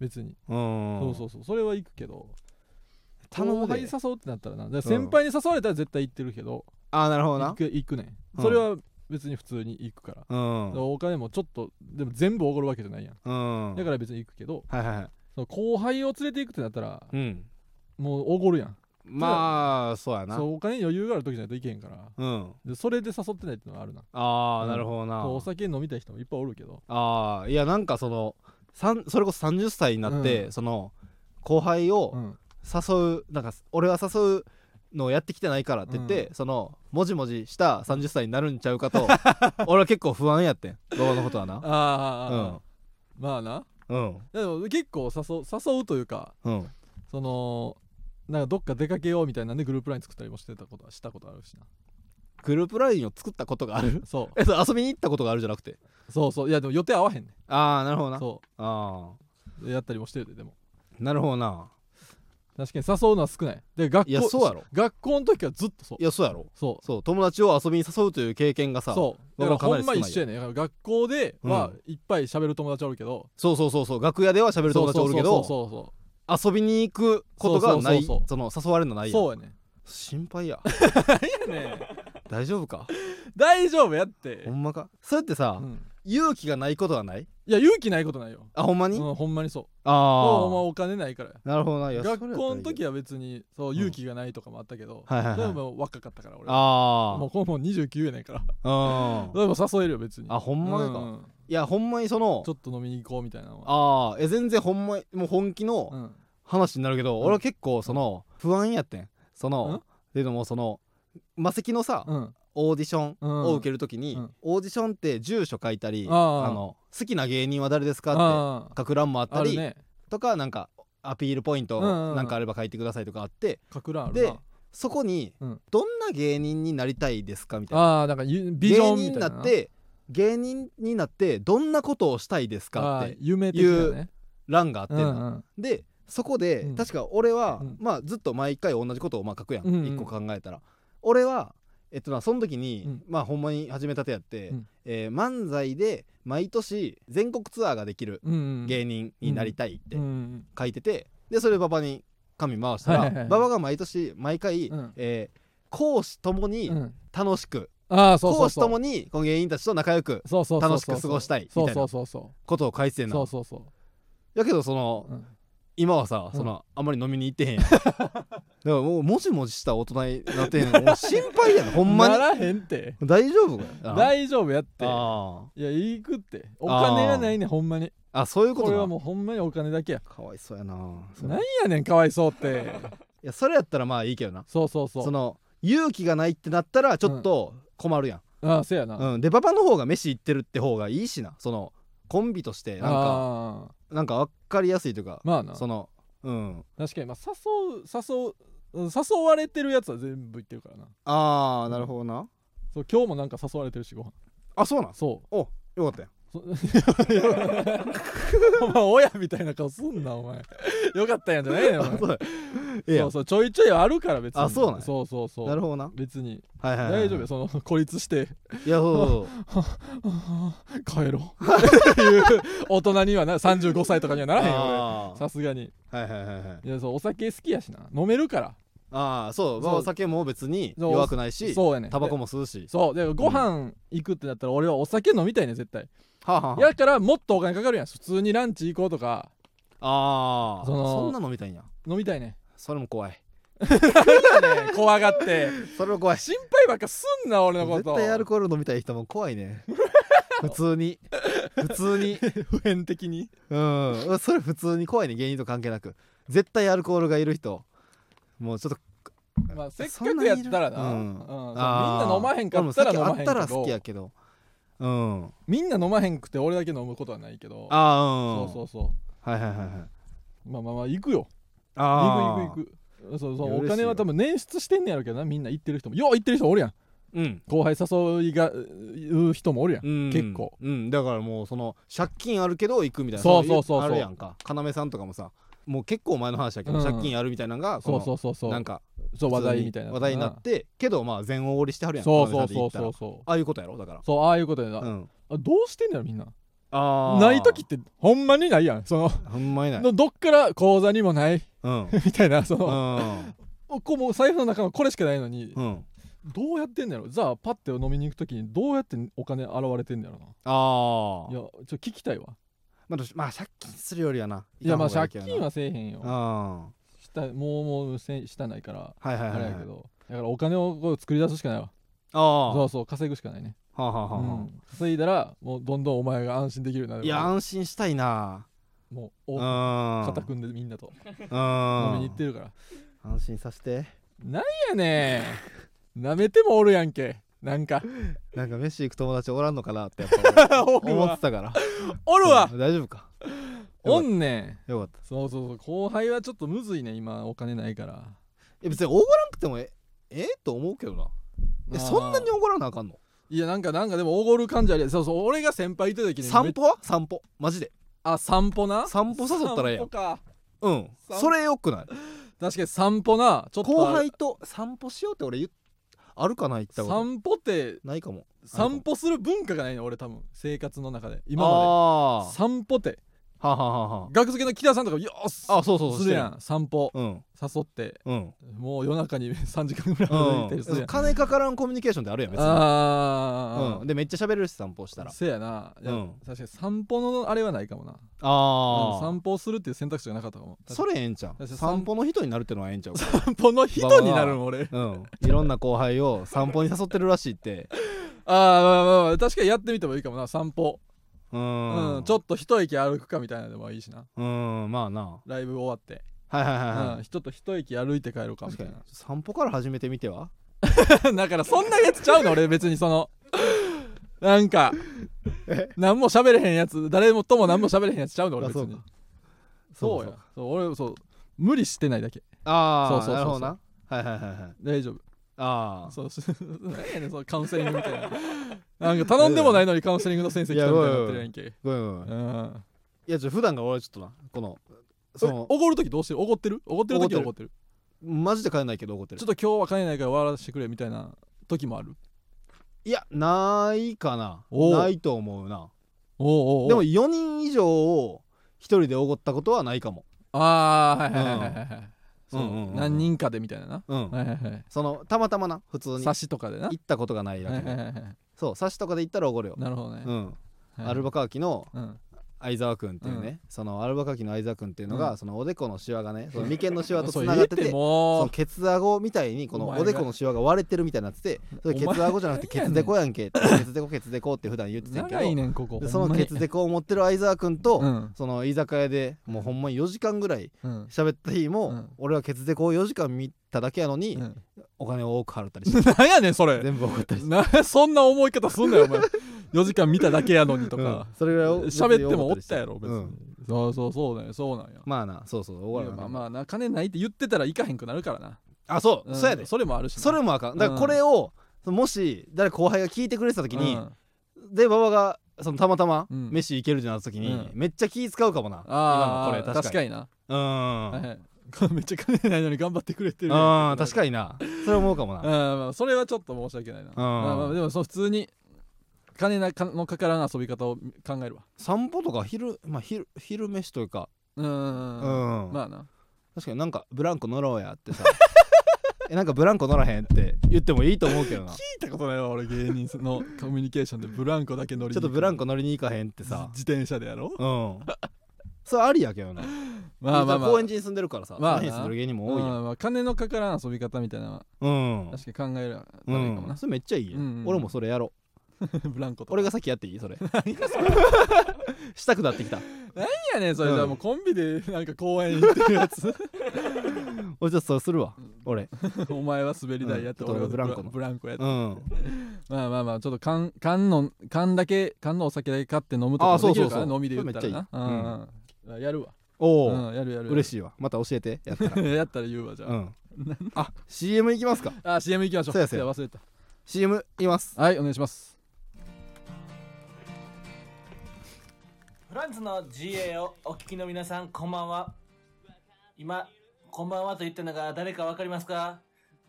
Speaker 2: 別に
Speaker 1: うん
Speaker 2: そう
Speaker 1: う
Speaker 2: そ
Speaker 1: ん
Speaker 2: うそうそれは行くけど
Speaker 1: 頼
Speaker 2: 後
Speaker 1: む
Speaker 2: 輩
Speaker 1: で
Speaker 2: 誘うってなったらなだから先輩に誘われたら絶対行ってるけど
Speaker 1: ああなるほど
Speaker 2: 行
Speaker 1: な
Speaker 2: く行くね
Speaker 1: うん
Speaker 2: それは別に普通に行くからだか
Speaker 1: う
Speaker 2: ら
Speaker 1: ん
Speaker 2: お金もちょっとでも全部おごるわけじゃないやん
Speaker 1: うん
Speaker 2: だから別に行くけど
Speaker 1: はいはいはい
Speaker 2: その後輩を連れて行くってなったら
Speaker 1: うん
Speaker 2: もうおごるやん
Speaker 1: まあそうやな
Speaker 2: そうお金に余裕がある時じゃないといけへんから
Speaker 1: うん
Speaker 2: でそれで誘ってないってのはあるな
Speaker 1: ああ、
Speaker 2: うん
Speaker 1: なるほどな
Speaker 2: そうお酒飲みたい人もいっぱいおるけど
Speaker 1: ああいやなんかそのさんそれこそ30歳になって、
Speaker 2: うん
Speaker 1: その後輩を
Speaker 2: うん
Speaker 1: 誘うなんか俺は誘うのをやってきてないからって言って、そのもじもじした30歳になるんちゃうかと [laughs] 俺は結構不安やってん動画のことはな
Speaker 2: ああまあな
Speaker 1: うん
Speaker 2: でも結構誘う誘うというか
Speaker 1: うん
Speaker 2: そのなんかどっか出かけようみたいなんでグループライン作ったりもしてたことはしたことあるしな
Speaker 1: グループラインを作ったことがある [laughs]
Speaker 2: [laughs] そ
Speaker 1: えそう遊びに行ったことがあるじゃなくて
Speaker 2: うそうそういやでも予定合わへんね
Speaker 1: ああなるほどな
Speaker 2: そ
Speaker 1: あ
Speaker 2: うやったりもしてるででも
Speaker 1: あなるほどな
Speaker 2: 確かに誘うのは少ないで学校
Speaker 1: いやそうやろ
Speaker 2: 学校の時はずっとそう
Speaker 1: いやそうやろ
Speaker 2: そ
Speaker 1: そう友達を遊びに誘うという経験が
Speaker 2: う
Speaker 1: さ
Speaker 2: そうだ
Speaker 1: 僕
Speaker 2: から
Speaker 1: はかなり
Speaker 2: ほん
Speaker 1: 少
Speaker 2: ま
Speaker 1: ないよ
Speaker 2: 一緒やねだから学校では
Speaker 1: うん
Speaker 2: いっぱい喋る友達おるけど、
Speaker 1: そうそうそうそう楽屋では喋る友達おるけど
Speaker 2: そうそう
Speaker 1: 遊びに行くことがない
Speaker 2: そうそうそう
Speaker 1: その誘われるのな
Speaker 2: そ
Speaker 1: いやん
Speaker 2: うそうそうやね
Speaker 1: 心配や [laughs]
Speaker 2: ね
Speaker 1: 大丈夫か
Speaker 2: [laughs] 大丈夫やって
Speaker 1: ほ、んまかそれってさ、
Speaker 2: うん
Speaker 1: 勇気がないことはない
Speaker 2: いや勇気ないことないよ、
Speaker 1: あほんま
Speaker 2: う
Speaker 1: に、
Speaker 2: ん、ほんまにそうもうお前
Speaker 1: あ
Speaker 2: お金ないからや
Speaker 1: あなるほどないや
Speaker 2: 学校の時
Speaker 1: は
Speaker 2: は別にそう勇気がないとかもあったけど、
Speaker 1: はいはいはい
Speaker 2: でも若かったから俺はも
Speaker 1: あ
Speaker 2: うこの本29やねんから
Speaker 1: あうん
Speaker 2: でも誘えるよ別に
Speaker 1: あほんまか、
Speaker 2: うん
Speaker 1: いやほんまにその
Speaker 2: ちょっと飲みに行こうみたいなのは
Speaker 1: ああえ全然ほんまもう本気
Speaker 2: う
Speaker 1: の
Speaker 2: ん
Speaker 1: 話になるけど、
Speaker 2: うん
Speaker 1: 俺は結構その不安やってんそのっていうのもその魔石のさ、
Speaker 2: うん
Speaker 1: オーディション
Speaker 2: うん
Speaker 1: を受ける時に、
Speaker 2: うん
Speaker 1: オーディションって住所書いたり
Speaker 2: ああ
Speaker 1: あの好きな芸人は誰ですかって
Speaker 2: あ
Speaker 1: 書く欄もあっ
Speaker 2: ああ
Speaker 1: た
Speaker 2: る
Speaker 1: り、
Speaker 2: ね
Speaker 1: とかなんかアピールポイント
Speaker 2: うんうんうん
Speaker 1: なんかあれば書いてくださいとかあって
Speaker 2: かくらんある
Speaker 1: で
Speaker 2: な
Speaker 1: そこに
Speaker 2: うん
Speaker 1: どんな芸人になりたいですかみたいな
Speaker 2: ああなんかゆビジョ
Speaker 1: 芸人
Speaker 2: ンみ
Speaker 1: に
Speaker 2: た
Speaker 1: ない
Speaker 2: な
Speaker 1: って芸人になってどんなことをしたいですか
Speaker 2: あ
Speaker 1: っ
Speaker 2: ー
Speaker 1: て
Speaker 2: 夢的なね
Speaker 1: 欄があって
Speaker 2: うんんう
Speaker 1: な、
Speaker 2: ん
Speaker 1: でそこで、
Speaker 2: うん
Speaker 1: 確か俺は、
Speaker 2: うん
Speaker 1: まあずっと毎回同じことをまあ書くやん、
Speaker 2: うんうん
Speaker 1: 一個考えたら俺はえっとなその時に、
Speaker 2: うん
Speaker 1: まあほんまに始めたてやって、
Speaker 2: うん
Speaker 1: えー漫才で毎年全国ツアーができる
Speaker 2: うんうん
Speaker 1: 芸人になりたいって
Speaker 2: うんうん
Speaker 1: 書いててでそれ馬場に紙回したら、
Speaker 2: はいはいはい
Speaker 1: 馬場が毎年毎回、
Speaker 2: うん
Speaker 1: えー講師とも
Speaker 2: う
Speaker 1: に
Speaker 2: ん
Speaker 1: 楽しく、
Speaker 2: ああそうそ
Speaker 1: 講
Speaker 2: う
Speaker 1: 師と
Speaker 2: そ
Speaker 1: も
Speaker 2: う
Speaker 1: にこの芸人たちと仲良く
Speaker 2: そうそうそうそう
Speaker 1: 楽しく過ごしたいみたい
Speaker 2: そう
Speaker 1: な
Speaker 2: そうそうそ
Speaker 1: ことを書いてて
Speaker 2: うん
Speaker 1: な
Speaker 2: そうそうそう
Speaker 1: やけどその
Speaker 2: うん
Speaker 1: 今はさ、そのあんまり飲みに行ってへん [laughs] やんだからもうもじもじした大人になってんのもう心配
Speaker 2: [laughs]
Speaker 1: やなほんま
Speaker 2: な
Speaker 1: に
Speaker 2: らへんって
Speaker 1: 大丈夫かよ
Speaker 2: 大丈夫やって
Speaker 1: あ
Speaker 2: いや行くってお金がないねんほんまに
Speaker 1: ああそういうこ
Speaker 2: ことれは
Speaker 1: な
Speaker 2: もうほんまにお金だけや
Speaker 1: かわいそうやなそれ
Speaker 2: なん
Speaker 1: い
Speaker 2: やねんかわいそうって
Speaker 1: やそれやったらまあいいけどな
Speaker 2: そうそうそう
Speaker 1: その勇気がないってなったらちょっと困るやん、
Speaker 2: ああせやな
Speaker 1: うんで馬場の方が飯行ってるって方がいいしなそのコンビとしてなんか
Speaker 2: ああ
Speaker 1: なんか分かりやすいというか、
Speaker 2: まあな
Speaker 1: そのうん
Speaker 2: 確かにまあ誘う誘ううん誘われてるやつは全部言ってるからな
Speaker 1: ああなるほどな
Speaker 2: そう今日もなんか誘われてるしご飯
Speaker 1: あそうなん
Speaker 2: そ
Speaker 1: およかったよ
Speaker 2: うそ [laughs] お前親みたいな顔すんなお前よかったんやんじゃないの
Speaker 1: あ [laughs] そうだええや
Speaker 2: そ
Speaker 1: ん
Speaker 2: うそうちょいちょいあるから別に
Speaker 1: あそうなんや
Speaker 2: そうそうそう
Speaker 1: なるほどな
Speaker 2: 別に
Speaker 1: はいはい、はい、
Speaker 2: 大丈夫よその孤立して
Speaker 1: いやそうそうそう
Speaker 2: [laughs] 帰ろうっていう大人にはな35歳とかにはならへんよ
Speaker 1: あ
Speaker 2: 俺
Speaker 1: ー
Speaker 2: さすがに
Speaker 1: はいはいはいはい
Speaker 2: いやそうお酒好きやしな飲めるから
Speaker 1: ああそうまあ
Speaker 2: そう
Speaker 1: お酒も別に
Speaker 2: そう
Speaker 1: 弱くないし
Speaker 2: そうやねん
Speaker 1: タバコ
Speaker 2: も
Speaker 1: も吸うし
Speaker 2: そうでご飯行くってなったら俺はお酒飲みたいねん絶対
Speaker 1: はあ、はあは
Speaker 2: やからもっとお金かかるやん普通にランチ行こうとか
Speaker 1: ああー
Speaker 2: その
Speaker 1: そんなのみたいんや
Speaker 2: 飲みたいね
Speaker 1: それも怖い
Speaker 2: ん怖がって
Speaker 1: それも怖い
Speaker 2: 心配ばっかすんな俺のこ
Speaker 1: 絶
Speaker 2: と
Speaker 1: 対アルコール飲みたい人も怖い
Speaker 2: [laughs]
Speaker 1: ね普通に普通に
Speaker 2: 普遍的に
Speaker 1: うんそれ普通に怖いね芸人と関係なく絶対アルコールがいる人もうちょっと
Speaker 2: まあせっ
Speaker 1: そ
Speaker 2: か
Speaker 1: んな
Speaker 2: く
Speaker 1: にい
Speaker 2: や
Speaker 1: る
Speaker 2: ったらな、
Speaker 1: うん
Speaker 2: うんそうみん
Speaker 1: あー
Speaker 2: な飲まへんかったら
Speaker 1: 俺
Speaker 2: 飲
Speaker 1: も
Speaker 2: ま
Speaker 1: 酒
Speaker 2: へ
Speaker 1: あ
Speaker 2: ん
Speaker 1: った
Speaker 2: け
Speaker 1: ら好
Speaker 2: ど
Speaker 1: きやけどうんあ
Speaker 2: みんな飲まへんくて俺だけ飲むことはないけど
Speaker 1: あ
Speaker 2: そう
Speaker 1: うん
Speaker 2: そうそ
Speaker 1: はいはいはいはいあ
Speaker 2: うまあまあまあ行くよ
Speaker 1: あ
Speaker 2: 行く行く行くそうそ
Speaker 1: いや
Speaker 2: う
Speaker 1: 嬉
Speaker 2: お
Speaker 1: しい
Speaker 2: 金
Speaker 1: よ
Speaker 2: は多分捻出してんねやろうけどなみんな行ってる人もよう行ってる人おるやん
Speaker 1: うん
Speaker 2: 後輩誘いがうう人もおるやん、
Speaker 1: うん
Speaker 2: 結構
Speaker 1: うんだからもうその借金あるけど行くみたいな
Speaker 2: そうそうそうそう
Speaker 1: あるやんか要さんとかもさもう結構前の話だけど、
Speaker 2: うん
Speaker 1: 借金あるみたいなのがこ
Speaker 2: そ
Speaker 1: の
Speaker 2: うそうそうそう
Speaker 1: なんか
Speaker 2: そう話題みたいな
Speaker 1: 話題になってけどまあ全おごりしてはるやん
Speaker 2: そうそ
Speaker 1: 要
Speaker 2: う
Speaker 1: さんで言
Speaker 2: そう
Speaker 1: ったら
Speaker 2: そうそう
Speaker 1: ああいうことやろだから
Speaker 2: そうああいうことやな、
Speaker 1: うん
Speaker 2: あどうしてんのよみんな
Speaker 1: あー
Speaker 2: ない時ってほんまにないやんその
Speaker 1: ほんまにない
Speaker 2: のどっから口座にもない [laughs]
Speaker 1: うん
Speaker 2: みたいなそ
Speaker 1: うん
Speaker 2: の、こうもう財布の中のこれしかないのに、
Speaker 1: うん
Speaker 2: どうやってんのやろじゃあパッて飲みに行く時にどうやってお金現れてんのやろな
Speaker 1: あ
Speaker 2: い
Speaker 1: あ
Speaker 2: やちょっと聞きたいわ
Speaker 1: まあどうしまあ借金するよりはない
Speaker 2: やまあ借
Speaker 1: いた
Speaker 2: 金
Speaker 1: 方がいい
Speaker 2: はせえへんよ
Speaker 1: けどなうん
Speaker 2: したもうもうせしたないから
Speaker 1: はいはい
Speaker 2: あ
Speaker 1: はい
Speaker 2: れ
Speaker 1: はい
Speaker 2: やけどだからお金をこう作り出すしかないわ
Speaker 1: ああ
Speaker 2: そうそう稼ぐしかないね、
Speaker 1: はあはあ
Speaker 2: う
Speaker 1: はあはあ
Speaker 2: ん、稼いだらもうどんどんお前が安心できるようになる
Speaker 1: いや安心したいな
Speaker 2: もう
Speaker 1: う
Speaker 2: お
Speaker 1: ん
Speaker 2: 肩組んでみんなと
Speaker 1: うん
Speaker 2: 飲みに行ってるから
Speaker 1: 安心させて
Speaker 2: いやねなめてもおるやんけな
Speaker 1: [laughs]
Speaker 2: んか
Speaker 1: なんか飯行く友達おらんのかなってや
Speaker 2: [laughs]
Speaker 1: っぱ
Speaker 2: お
Speaker 1: 思
Speaker 2: る
Speaker 1: って
Speaker 2: わ
Speaker 1: た
Speaker 2: [laughs]
Speaker 1: から
Speaker 2: おるわ
Speaker 1: うん大丈夫か
Speaker 2: おんねん
Speaker 1: よかった
Speaker 2: そうそうそう後輩はちょっとむずいね今お金ないから
Speaker 1: いや別におごらんくてもえええと思うけどなえ
Speaker 2: あー
Speaker 1: そんなにおごらなあかんの
Speaker 2: いやなんかなんかでもおごる感じあるそうそう俺が先輩いた時にめ
Speaker 1: 散歩は散歩マジで
Speaker 2: あ散歩な
Speaker 1: 散歩誘ったらええやん
Speaker 2: 散歩か
Speaker 1: うん
Speaker 2: 散歩
Speaker 1: それよくない
Speaker 2: 確かに散歩なちょっと
Speaker 1: 後輩と散歩しようって俺言っあるかな言ったこと
Speaker 2: 散歩って
Speaker 1: ないかも
Speaker 2: 散歩する文化がないの俺多分生活の中で
Speaker 1: 今
Speaker 2: 今
Speaker 1: まで
Speaker 2: まで
Speaker 1: は
Speaker 2: 散歩って
Speaker 1: あはあはあは
Speaker 2: 学付けの北さんとかよーっす
Speaker 1: ああそうそうそう
Speaker 2: するやん散歩
Speaker 1: うん
Speaker 2: 誘って [laughs]
Speaker 1: うん
Speaker 2: もう夜中に3時間ぐらい歩いてるする
Speaker 1: う
Speaker 2: や
Speaker 1: ん、
Speaker 2: ん
Speaker 1: 金かからんコミュニケーションってあるやん別に、
Speaker 2: あ
Speaker 1: う
Speaker 2: ー
Speaker 1: ん、でめっちゃ喋れるし散歩したら
Speaker 2: せやな、いや
Speaker 1: うん
Speaker 2: 確かに散歩のあれはないかもなうん
Speaker 1: あ
Speaker 2: 散歩をするっていう選択肢がなかったかも
Speaker 1: あそれええんちゃ
Speaker 2: だ
Speaker 1: う
Speaker 2: って
Speaker 1: 散歩の人になるってのはええんちゃうか
Speaker 2: 散歩の人になるの俺
Speaker 1: うんいろんな後輩を散歩に誘ってるらしいって
Speaker 2: あーまあまあまあ確かにやってみてもいいかもな散歩
Speaker 1: う、
Speaker 2: うんん、ちょっと一駅歩くかみたいなのでもいいしな
Speaker 1: うんまあな
Speaker 2: ライブ終わって、
Speaker 1: はいはいはいはい、
Speaker 2: うん、人と一駅歩いて帰ろうかみ
Speaker 1: 確
Speaker 2: た
Speaker 1: か
Speaker 2: い
Speaker 1: [laughs] に散歩から始めてみては
Speaker 2: なだからそんなやつちゃうの俺別にそのなん
Speaker 1: [laughs]
Speaker 2: か
Speaker 1: え
Speaker 2: 何も喋れへんやつ誰もとも何も喋れへんやつちゃうの俺
Speaker 1: あ
Speaker 2: 別
Speaker 1: そう
Speaker 2: に
Speaker 1: か
Speaker 2: そうやそう俺そう無理してないだけ
Speaker 1: ああ
Speaker 2: そうそうそうそう
Speaker 1: なるほどなはいはいはいはい
Speaker 2: 大丈夫
Speaker 1: あ
Speaker 2: そうし何やねんそのカウンセリングみたい
Speaker 1: [laughs]
Speaker 2: ななんか頼んでもないのにカウンセリングの先生来たみたいになってるやんけ
Speaker 1: あごめんごめん
Speaker 2: うん
Speaker 1: いやちょ普段が俺ちょっとなこのそ
Speaker 2: え
Speaker 1: の
Speaker 2: おごるときどうしてるおごってるおごってるときはおごってる
Speaker 1: マジで帰んないけど怒ってる
Speaker 2: ちょっと今日は金ないから終わらせてくれみたいな時もある
Speaker 1: いやないかな
Speaker 2: おう
Speaker 1: ないと思うな
Speaker 2: おうおうおう
Speaker 1: でも4人以上を1人で怒ったことはないかも
Speaker 2: ああはいはいはいはいはいそう
Speaker 1: うんうんうん
Speaker 2: 何人かでみたいなな
Speaker 1: うん
Speaker 2: はいはいはい
Speaker 1: そのたまたまな普通に
Speaker 2: 差
Speaker 1: 行
Speaker 2: しとかでなは
Speaker 1: ったことがない
Speaker 2: い
Speaker 1: だ
Speaker 2: は
Speaker 1: け
Speaker 2: いはい
Speaker 1: で
Speaker 2: はい
Speaker 1: そう差しとかで行ったら怒るよ
Speaker 2: なるほどね
Speaker 1: う、ん
Speaker 2: はい
Speaker 1: アルバカーキの
Speaker 2: うん
Speaker 1: 相沢君っていうねそのアルバカーキの相沢君っていうの
Speaker 2: う
Speaker 1: がそのおでこのシワが
Speaker 2: [laughs]
Speaker 1: ねその眉間のシワとつ
Speaker 2: そう
Speaker 1: ながって
Speaker 2: 言え
Speaker 1: てそ
Speaker 2: も
Speaker 1: の
Speaker 2: う
Speaker 1: ケツアゴみたいにこの
Speaker 2: お前
Speaker 1: お
Speaker 2: が
Speaker 1: でこのシワが割れてるみたいになっててそれケ
Speaker 2: お前
Speaker 1: ツアゴじゃなくてケツデコやん
Speaker 2: [laughs]
Speaker 1: けってケツデコケツデコって普段言ってたんやけ
Speaker 2: 長い
Speaker 1: ど
Speaker 2: ねんここ
Speaker 1: でそのケツデコを持ってる相沢君
Speaker 2: ほ
Speaker 1: と
Speaker 2: んまにうん
Speaker 1: その居酒屋でもうほんまに4時間ぐらい
Speaker 2: うん [laughs]
Speaker 1: 喋った日
Speaker 2: う
Speaker 1: も
Speaker 2: ん
Speaker 1: 俺はケツデコを4時間見ただけやのに
Speaker 2: うん
Speaker 1: お金を多く払ったりして
Speaker 2: 何やねんそれ
Speaker 1: 全部怒ったりして
Speaker 2: [laughs] なそんな思い方すんなよお [laughs] 前4時間見ただけやのにと
Speaker 1: うん
Speaker 2: か
Speaker 1: それぐらい
Speaker 2: 喋ってもおったやろ別
Speaker 1: う
Speaker 2: に
Speaker 1: ん
Speaker 2: そうそうそうだよそうなんや
Speaker 1: まあなそうそう怒
Speaker 2: い
Speaker 1: らな
Speaker 2: やまあ
Speaker 1: あ
Speaker 2: まあな金ないって言ってたら行かへんくなるからな
Speaker 1: あそうんそうやで
Speaker 2: それもあるしな
Speaker 1: それもあかんだからこれをもし誰か後輩が聞いてくれてた時に
Speaker 2: うん
Speaker 1: で馬場がそのたまたま
Speaker 2: うん
Speaker 1: 飯行けるってなった時に、
Speaker 2: うん
Speaker 1: めっちゃ気使うかもな、今
Speaker 2: あ
Speaker 1: の
Speaker 2: あ
Speaker 1: これ確かに
Speaker 2: 確かにな
Speaker 1: う
Speaker 2: はい
Speaker 1: ん、
Speaker 2: はい [laughs] めっちゃ金ないのに頑張ってくれてる
Speaker 1: うん確
Speaker 2: に
Speaker 1: かになそれ思うかも
Speaker 2: あ
Speaker 1: な、
Speaker 2: まあそれはちょっと申し訳ないなまあまあでもそう普通に金なかのかからん遊び方を考えるわ
Speaker 1: 散歩とか昼,、まあ、昼昼飯というか、
Speaker 2: うん
Speaker 1: うん
Speaker 2: まあな
Speaker 1: 確かになんかブランコ乗ろうやってさ [laughs] えなんかブランコ乗らへんって言ってもいいと思うけど
Speaker 2: [laughs]
Speaker 1: なち
Speaker 2: 聞いたことないわ俺芸人のコミュニケーションでブランコだけ乗
Speaker 1: ょっ
Speaker 2: りに
Speaker 1: と
Speaker 2: 行く
Speaker 1: ブランコ乗りに行かへんって
Speaker 2: [laughs]
Speaker 1: さ
Speaker 2: 自転車でやろ
Speaker 1: うんそれありやけどな
Speaker 2: まあまあまあ
Speaker 1: 公園寺に住んでるからさ、
Speaker 2: まあな
Speaker 1: その辺に住んでる芸人も多いや
Speaker 2: うんんまあ金のかからん遊び方みたいなのは
Speaker 1: うん、
Speaker 2: 確かに考えられ
Speaker 1: う
Speaker 2: ないかも
Speaker 1: ん、
Speaker 2: な
Speaker 1: それめっちゃいいや、
Speaker 2: うんうんうん
Speaker 1: 俺もそれやろう
Speaker 2: ブランコとか
Speaker 1: 俺が先やっていい
Speaker 2: [laughs]
Speaker 1: それ [laughs] したくなってきた
Speaker 2: 何やねんそれじゃあもうコンビでなんか公園 [laughs] 行ってるやつ
Speaker 1: 俺ちょっとそれするわ俺
Speaker 2: お前は滑り台やって
Speaker 1: うん
Speaker 2: 俺はブラン
Speaker 1: ちょっと俺ブランコ
Speaker 2: コ
Speaker 1: の
Speaker 2: ブランコやって
Speaker 1: うん
Speaker 2: まあまあまあちょっと缶缶の缶だけ缶のお酒だけ買って飲むとか
Speaker 1: あ
Speaker 2: も
Speaker 1: そう
Speaker 2: でき
Speaker 1: そう
Speaker 2: る
Speaker 1: そ
Speaker 2: か
Speaker 1: う
Speaker 2: ら飲みで言った
Speaker 1: そ
Speaker 2: らな
Speaker 1: れめっちゃいい
Speaker 2: うんうんやるわ
Speaker 1: おお、
Speaker 2: うんやるやる
Speaker 1: 嬉
Speaker 2: し
Speaker 1: しいわまた教えて
Speaker 2: [laughs]
Speaker 1: やったら
Speaker 2: やったら言うわじゃ
Speaker 1: う
Speaker 2: あ
Speaker 1: んあ CM いきますか
Speaker 2: あ CM 行きましょう
Speaker 1: そうやそうや
Speaker 2: い忘れた
Speaker 1: CM いきます
Speaker 2: はいお願いします
Speaker 3: フランスの GA をお聞きの皆さん、こんばんは。今、こんばんはと言ったのが誰かわかりますか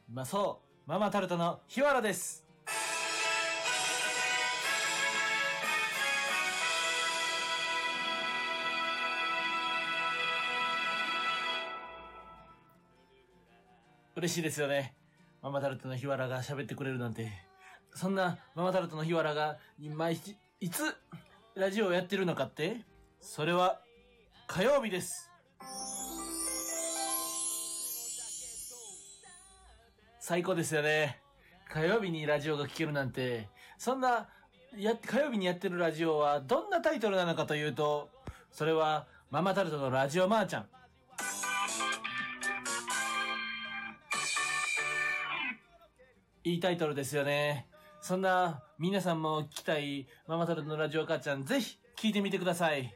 Speaker 3: まあそう、ママタルトの日原です。嬉しいですよね。ママタルトの日原が喋ってくれるなんて。そんなママタルトの日原が毎日、いつラジオをやってるのかってそれは火曜日です最高ですよね火曜日にラジオが聴けるなんてそんなや火曜日にやってるラジオはどんなタイトルなのかというとそれはママタルトのラジオマーちゃんいいタイトルですよねそんな皆さんも聞きたいママタルトのラジオ母ちゃんぜひ聞いてみてください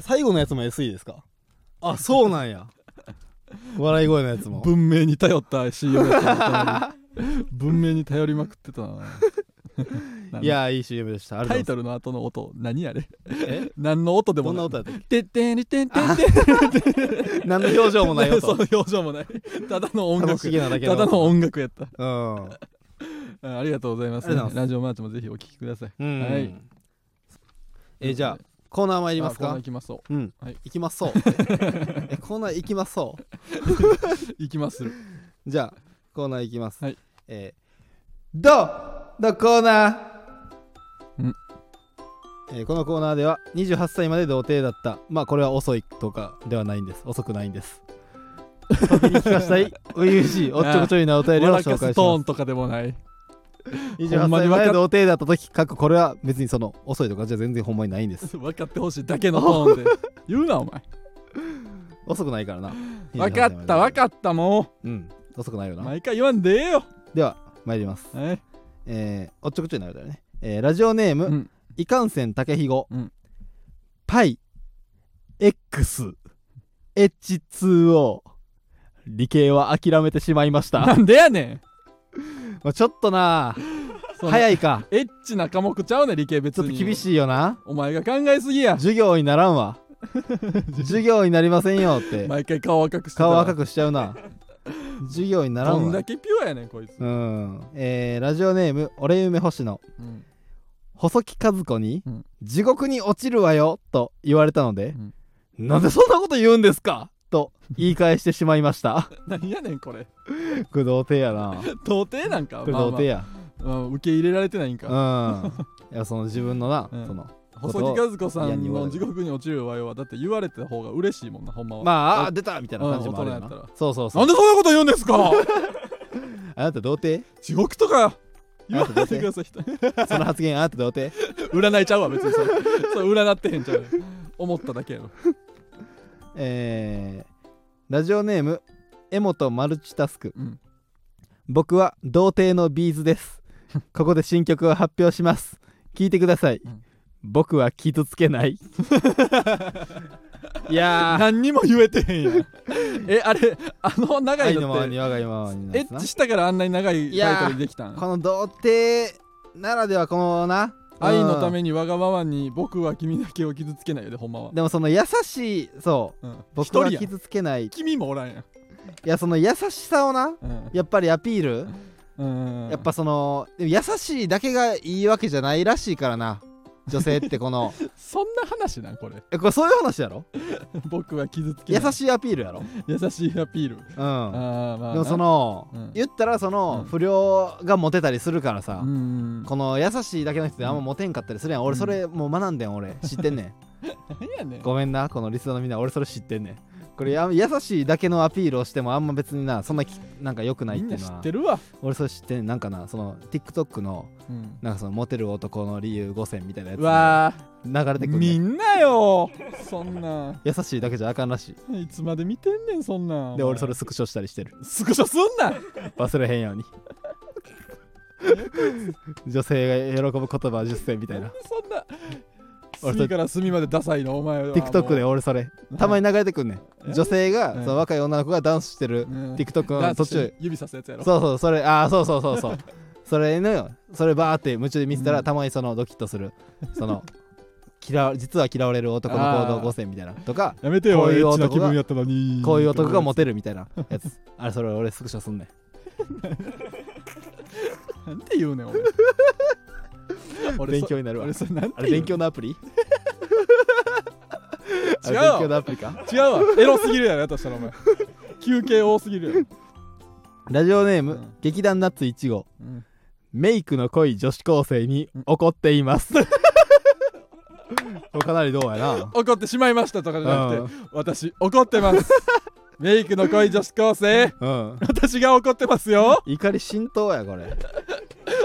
Speaker 1: 最後のやつも SE ですかあそうなん
Speaker 2: [laughs]
Speaker 1: や笑い声のやつも
Speaker 2: 文明に頼った CM だったな文明に頼りまくって [laughs] たな
Speaker 1: いやいい CM でしたありが
Speaker 2: タ
Speaker 1: とう
Speaker 2: イ
Speaker 1: ござい
Speaker 2: トルの後の音何あれ
Speaker 1: ますえ
Speaker 2: 何の音で
Speaker 1: ど
Speaker 2: も
Speaker 1: んな
Speaker 2: ない
Speaker 1: 音やったっ
Speaker 2: てってんりてんてんてん
Speaker 1: け何の表情もない
Speaker 2: [laughs] そ
Speaker 1: 音
Speaker 2: の表情もないただの音
Speaker 1: 楽
Speaker 2: 楽
Speaker 1: しげなだけ
Speaker 2: ただの音楽やった
Speaker 1: うん
Speaker 2: あありがとうございます
Speaker 1: ありがとうございます
Speaker 2: ラジオマーチもぜひお聞きください
Speaker 1: うん、
Speaker 2: はい
Speaker 1: えーじゃあコーナー参ります
Speaker 2: あコーナー
Speaker 1: か
Speaker 2: 行きまそう
Speaker 1: うん、
Speaker 2: はい
Speaker 1: 行きます
Speaker 2: [laughs]
Speaker 1: そうえコーナー行きますそう
Speaker 2: 行きまする
Speaker 1: じゃあコーナーいきます。
Speaker 2: はい
Speaker 1: えー、どうのコーナー
Speaker 2: ん
Speaker 1: えーこのコーナーでは28歳まで童貞だったまあこれは遅いとかではないんです遅くないんです時に聞かしたい初々し
Speaker 2: [laughs]
Speaker 1: いおっちょこちょいなお便りを
Speaker 2: 笑
Speaker 1: 紹
Speaker 2: か
Speaker 1: 介
Speaker 2: す
Speaker 1: し
Speaker 2: ト
Speaker 1: ま
Speaker 2: ー
Speaker 1: す
Speaker 2: ンとかでもないほ
Speaker 1: 28
Speaker 2: んま
Speaker 1: 歳
Speaker 2: にわ
Speaker 1: ま
Speaker 2: かっ
Speaker 1: で童貞だった時かっここれは別にその遅いとかじゃ全然ほんまにないんです
Speaker 2: 分かってほしいだけのト [laughs] ーンで言うなお前
Speaker 1: 遅くない
Speaker 2: [gasps]
Speaker 1: からな
Speaker 2: 分かった分
Speaker 1: っ
Speaker 2: かったも
Speaker 1: たうん遅くないよ
Speaker 2: う
Speaker 1: な
Speaker 2: 毎回言わんでええよ
Speaker 1: では参ります
Speaker 2: はい
Speaker 1: えー、おっちょこちょいなお便りね、えーラジオネーム、
Speaker 2: うん
Speaker 1: いかんせんたけひご、
Speaker 2: うん
Speaker 1: パイ XH2O 理系は諦めてしまいま
Speaker 2: [laughs]
Speaker 1: した
Speaker 2: な
Speaker 1: ま
Speaker 2: んでやねん
Speaker 1: あちょっとな
Speaker 2: その
Speaker 1: 早いか
Speaker 2: エッチな科目ちゃうね理系別
Speaker 1: ちょっ
Speaker 2: に
Speaker 1: と厳しいよな
Speaker 2: お前が考えすぎや
Speaker 1: 授業にならん
Speaker 2: [laughs]
Speaker 1: わ授業になりませんよって
Speaker 2: 毎回顔赤くしてたら
Speaker 1: 顔赤くしちゃうな授業になら
Speaker 2: ど
Speaker 1: ん
Speaker 2: ん
Speaker 1: わ
Speaker 2: だけピュアやねんこいつ、
Speaker 1: うんえー、ラジオネーム俺夢星野
Speaker 2: うん
Speaker 1: 細木和子に、
Speaker 2: うん
Speaker 1: 地獄に落ちるわよ」と言われたので
Speaker 2: うん
Speaker 1: 「なんでそんなこと言うんですか!」と言い返してしまいました
Speaker 2: [laughs] 何やねんこれ
Speaker 1: これ童貞やな
Speaker 2: 童貞なんか
Speaker 1: これ童貞や、
Speaker 2: まあまあうん受け入れられてないんか、
Speaker 1: うんいやその自分のな、
Speaker 2: うん
Speaker 1: その
Speaker 2: 細木和子さ
Speaker 1: いや
Speaker 2: ん
Speaker 1: に言われ
Speaker 2: の
Speaker 1: る
Speaker 2: 地獄に落ちるわよはだって言われた方が嬉しいもんなほんまは、
Speaker 1: まああ
Speaker 2: あ
Speaker 1: ー出たみたいな感じもあるよな、
Speaker 2: うん大人やった
Speaker 1: そうそうそ
Speaker 2: な
Speaker 1: うん
Speaker 2: でそんなこと言うんですか
Speaker 1: [laughs] あなた童貞
Speaker 2: 地獄とか言
Speaker 1: あ
Speaker 2: わ
Speaker 1: と
Speaker 2: な
Speaker 1: 童
Speaker 2: いでく
Speaker 1: 貞
Speaker 2: ださい人
Speaker 1: その発言あなた童貞
Speaker 2: 占いちゃうわ別にそれそれ占ってへんちゃう思っただけやろ
Speaker 1: えー、ラジオネーム江本マルチタスク、
Speaker 2: うん
Speaker 1: 僕は童貞のビーズ
Speaker 2: [laughs]
Speaker 1: ですここで新曲を発表します聞いてください、
Speaker 2: うん
Speaker 1: 僕は傷つけない
Speaker 2: [laughs]
Speaker 1: いや
Speaker 2: 何にも言えてへんやんえあれあの
Speaker 1: ー
Speaker 2: 長
Speaker 1: 愛
Speaker 2: い
Speaker 1: のまま
Speaker 2: のっ
Speaker 1: に
Speaker 2: て
Speaker 1: 我が今まになん
Speaker 2: エ
Speaker 1: ですな
Speaker 2: ッチしたからあんなに長い
Speaker 1: いやー
Speaker 2: タイトルできたん
Speaker 1: この童貞ならではこのな
Speaker 2: 愛のた
Speaker 1: に
Speaker 2: めにわがままに僕は君だけを傷つけないよでほんまは、
Speaker 1: でもその優しいそう
Speaker 2: うん、
Speaker 1: 僕は
Speaker 2: 一人やん
Speaker 1: 傷つけないい
Speaker 2: 君もおらんやん
Speaker 1: やその優しさをな
Speaker 2: うん
Speaker 1: やっぱりアピール、
Speaker 2: うん
Speaker 1: やっぱそのでも優しいだけがいいわけじゃないらしいからな女性ってこ
Speaker 2: [laughs]
Speaker 1: の
Speaker 2: そんな話なんこれ [laughs]
Speaker 1: えこれそういう話やろ
Speaker 2: 僕は傷つけ
Speaker 1: 優
Speaker 2: ない
Speaker 1: しいアピールやろ
Speaker 2: 優しいアピール
Speaker 1: うん
Speaker 2: ああまあな
Speaker 1: でもその、
Speaker 2: うん
Speaker 1: 言ったらその
Speaker 2: うん
Speaker 1: 不良がモテたりするからさ、
Speaker 2: うん
Speaker 1: この優しいだけの人であんまモテんかったりするやん、俺それもう学んでん俺知ってん
Speaker 2: [laughs]
Speaker 1: ね
Speaker 2: 何やねん
Speaker 1: んごめんなこのリスナーのみんな俺それ知ってんねんこれや優しいだけのアピールをしてもあんま別になそんなきなんか良くない
Speaker 2: み
Speaker 1: っ
Speaker 2: ん
Speaker 1: てい
Speaker 2: な
Speaker 1: うのは
Speaker 2: 知ってるわ、
Speaker 1: 俺それ知ってんねんなんかなその TikTok の
Speaker 2: うん、
Speaker 1: なんかそのモテる男の理由5選みたいなやつ
Speaker 2: うわー
Speaker 1: 流れてくる、ねん
Speaker 2: みんなよそんな
Speaker 1: 優しいだけじゃあかんらしい
Speaker 2: いつまで見てんねんそんなん
Speaker 1: で
Speaker 2: お前
Speaker 1: 俺それスクショしたりしてる
Speaker 2: スクショすんな
Speaker 1: 忘れへんように女性が喜ぶ言葉10選みた
Speaker 2: な
Speaker 1: たい
Speaker 2: [laughs] んで
Speaker 1: な
Speaker 2: そんな
Speaker 1: 俺
Speaker 2: 隅
Speaker 1: それ
Speaker 2: から隅までダサいのお前は
Speaker 1: TikTok で
Speaker 2: も
Speaker 1: 俺それ
Speaker 2: う
Speaker 1: たまに流れてくんね
Speaker 2: え
Speaker 1: ん女性が、
Speaker 2: うん
Speaker 1: その若い女の子がダンスしてる
Speaker 2: うん
Speaker 1: TikTok
Speaker 2: ダ
Speaker 1: の
Speaker 2: ンス
Speaker 1: 途
Speaker 2: して
Speaker 1: 中
Speaker 2: 指さすやつやろ
Speaker 1: そうそうそれああそうそうそう
Speaker 2: [laughs]
Speaker 1: そうそれのそれバーって夢中で見てたら、
Speaker 2: うん
Speaker 1: たまにそのドキッとするその嫌わ実は嫌われる男の行動5選みたいなとか
Speaker 2: やめてよ
Speaker 1: こう
Speaker 2: エ
Speaker 1: いう
Speaker 2: ッチな気
Speaker 1: 男が
Speaker 2: 分やったのに
Speaker 1: こういう男がモテるみたいなや
Speaker 2: [laughs]
Speaker 1: つあれそれ俺スクショすんねん
Speaker 2: なんて言
Speaker 1: [laughs]
Speaker 2: うねんお前俺
Speaker 1: 勉
Speaker 2: そ
Speaker 1: 強になるわ
Speaker 2: 俺それなん
Speaker 1: あ
Speaker 2: て
Speaker 1: れ
Speaker 2: 言う
Speaker 1: 勉強のア
Speaker 2: [laughs]
Speaker 1: プリあれ勉
Speaker 2: 違うわ
Speaker 1: 強のアプリか
Speaker 2: 違うわエロすぎるやろやとしたらお前休憩多すぎるやろ、
Speaker 1: ラジオネーム、
Speaker 2: うん
Speaker 1: 劇団ナッツ1号
Speaker 2: うん
Speaker 1: メイクの濃い女子高生に怒ってい
Speaker 2: [laughs]
Speaker 1: ます、これかなりどうやな
Speaker 2: 怒ってしまいましたとかじゃなくて私怒ってますメイクの濃い女子高生
Speaker 1: うん
Speaker 2: 私が怒ってますよ
Speaker 1: 怒り浸透やこれ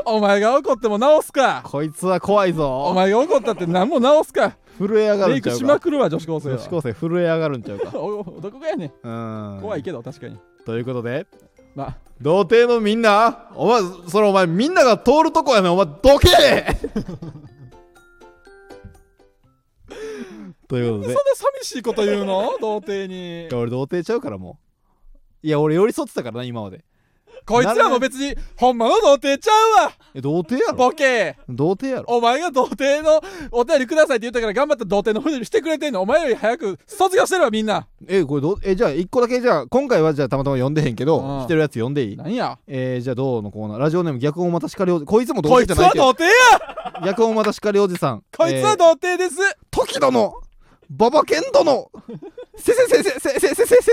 Speaker 2: お前が怒っても直すか
Speaker 1: こいつは怖い
Speaker 2: お
Speaker 1: ぞ
Speaker 2: 前が怒ったって何も直すか
Speaker 1: 震え上が
Speaker 2: メ
Speaker 1: る
Speaker 2: イ
Speaker 1: んち
Speaker 2: ク
Speaker 1: ゃう
Speaker 2: しま
Speaker 1: か
Speaker 2: くるわ女子高生
Speaker 1: 女
Speaker 2: は
Speaker 1: 子高生震え上がるんちゃうか
Speaker 2: おおどこがやねん
Speaker 1: うん
Speaker 2: 怖いけど確かに
Speaker 1: ということで
Speaker 2: まあ
Speaker 4: 童貞のみんなお前それお前みんなが通るとこやねんお前どけ
Speaker 1: [laughs] ということ
Speaker 2: そ
Speaker 1: で
Speaker 2: んな寂しいこと言うの童貞
Speaker 1: [laughs] い
Speaker 2: に
Speaker 1: や俺童貞ちゃうからもういや俺寄り添ってたからな今まで
Speaker 2: こいつらも別にほんまの童貞ちゃうわ
Speaker 1: え童貞やろ
Speaker 2: ボケ
Speaker 1: 童貞やろ
Speaker 2: お前が童貞のお便りくださいって言ったから頑張った童貞のふりしてくれてんのお前より早く卒業してるわみんな
Speaker 1: えこれどうえじゃあ一個だけじゃあ今回はじゃあたまたま読んでへんけど
Speaker 2: うん
Speaker 1: してるやつ読んでいい
Speaker 2: なんや
Speaker 1: えー、じゃあどうのコーナーラジオネーム逆音また叱りおじこいつも童
Speaker 2: こいつ
Speaker 1: 貞じゃな
Speaker 2: はい
Speaker 1: けど
Speaker 2: 童貞や
Speaker 1: 逆音また叱りおじさん
Speaker 2: こいつは童貞です、
Speaker 1: 時殿馬場健殿せせせせせせせせ先日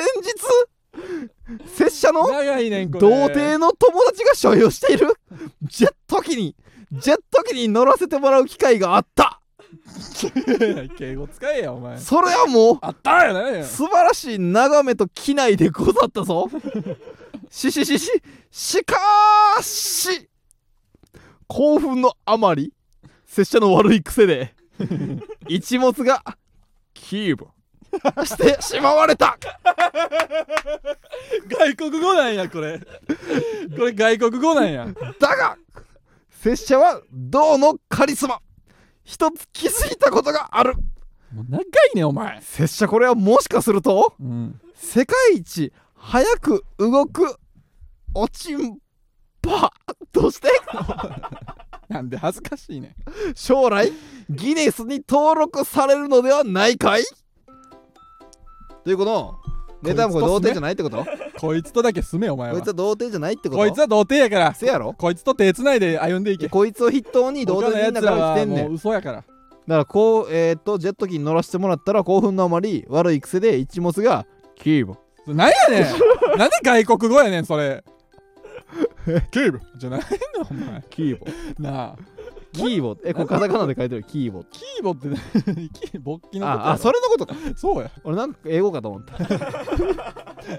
Speaker 1: 拙者の
Speaker 2: 長いねんこれ
Speaker 1: 童貞の友達が所有しているジェット機にジェット機に乗らせてもらう機会があった
Speaker 2: 敬語使えやお前
Speaker 1: それはもう
Speaker 2: あったーやないや
Speaker 1: 素晴らしい眺めと機内でござったぞしししししかーし興奮のあまり拙者の悪い癖で一物がキーブしてしまわれた
Speaker 2: 外国語なんやこれこれ外国語なんや
Speaker 1: だが拙者は銅のカリスマ一つ気づいたことがある
Speaker 2: もう長いねお前
Speaker 1: 拙者これはもしかすると
Speaker 2: うん
Speaker 1: 世界一早く動くおちんぱとして
Speaker 2: なんで恥ずかしいねん
Speaker 1: 将来ギネスに登録されるのではないかいというこのネタもこれ童貞じゃないってことこ
Speaker 2: こいつとだけ住めお前
Speaker 1: い
Speaker 2: は
Speaker 1: つは童貞じゃないってこと
Speaker 2: こいつは童貞やから
Speaker 1: せやろ
Speaker 2: こいつと手つないで歩んでい
Speaker 1: いや
Speaker 2: け
Speaker 1: こいつを筆頭に童
Speaker 2: 他
Speaker 1: 貞
Speaker 2: の
Speaker 1: み
Speaker 2: や
Speaker 1: んな
Speaker 2: つ
Speaker 1: からら来て
Speaker 2: は
Speaker 1: んね
Speaker 2: も
Speaker 1: ん
Speaker 2: う嘘やから
Speaker 1: だからこうえーっとジェット機に乗らせてもらったら興奮のあまり悪い癖で一物がキーボ
Speaker 2: それなんやね
Speaker 1: [laughs]
Speaker 2: んなんで外国語やねんそれケーブじゃないのお前
Speaker 1: キーボ
Speaker 2: なあ
Speaker 1: キーボえこれカタカナで書いてるキーボ
Speaker 2: キーボってキーボッキのことやろ
Speaker 1: ああそれのことか
Speaker 2: そうや
Speaker 1: 俺なんか英語かと思った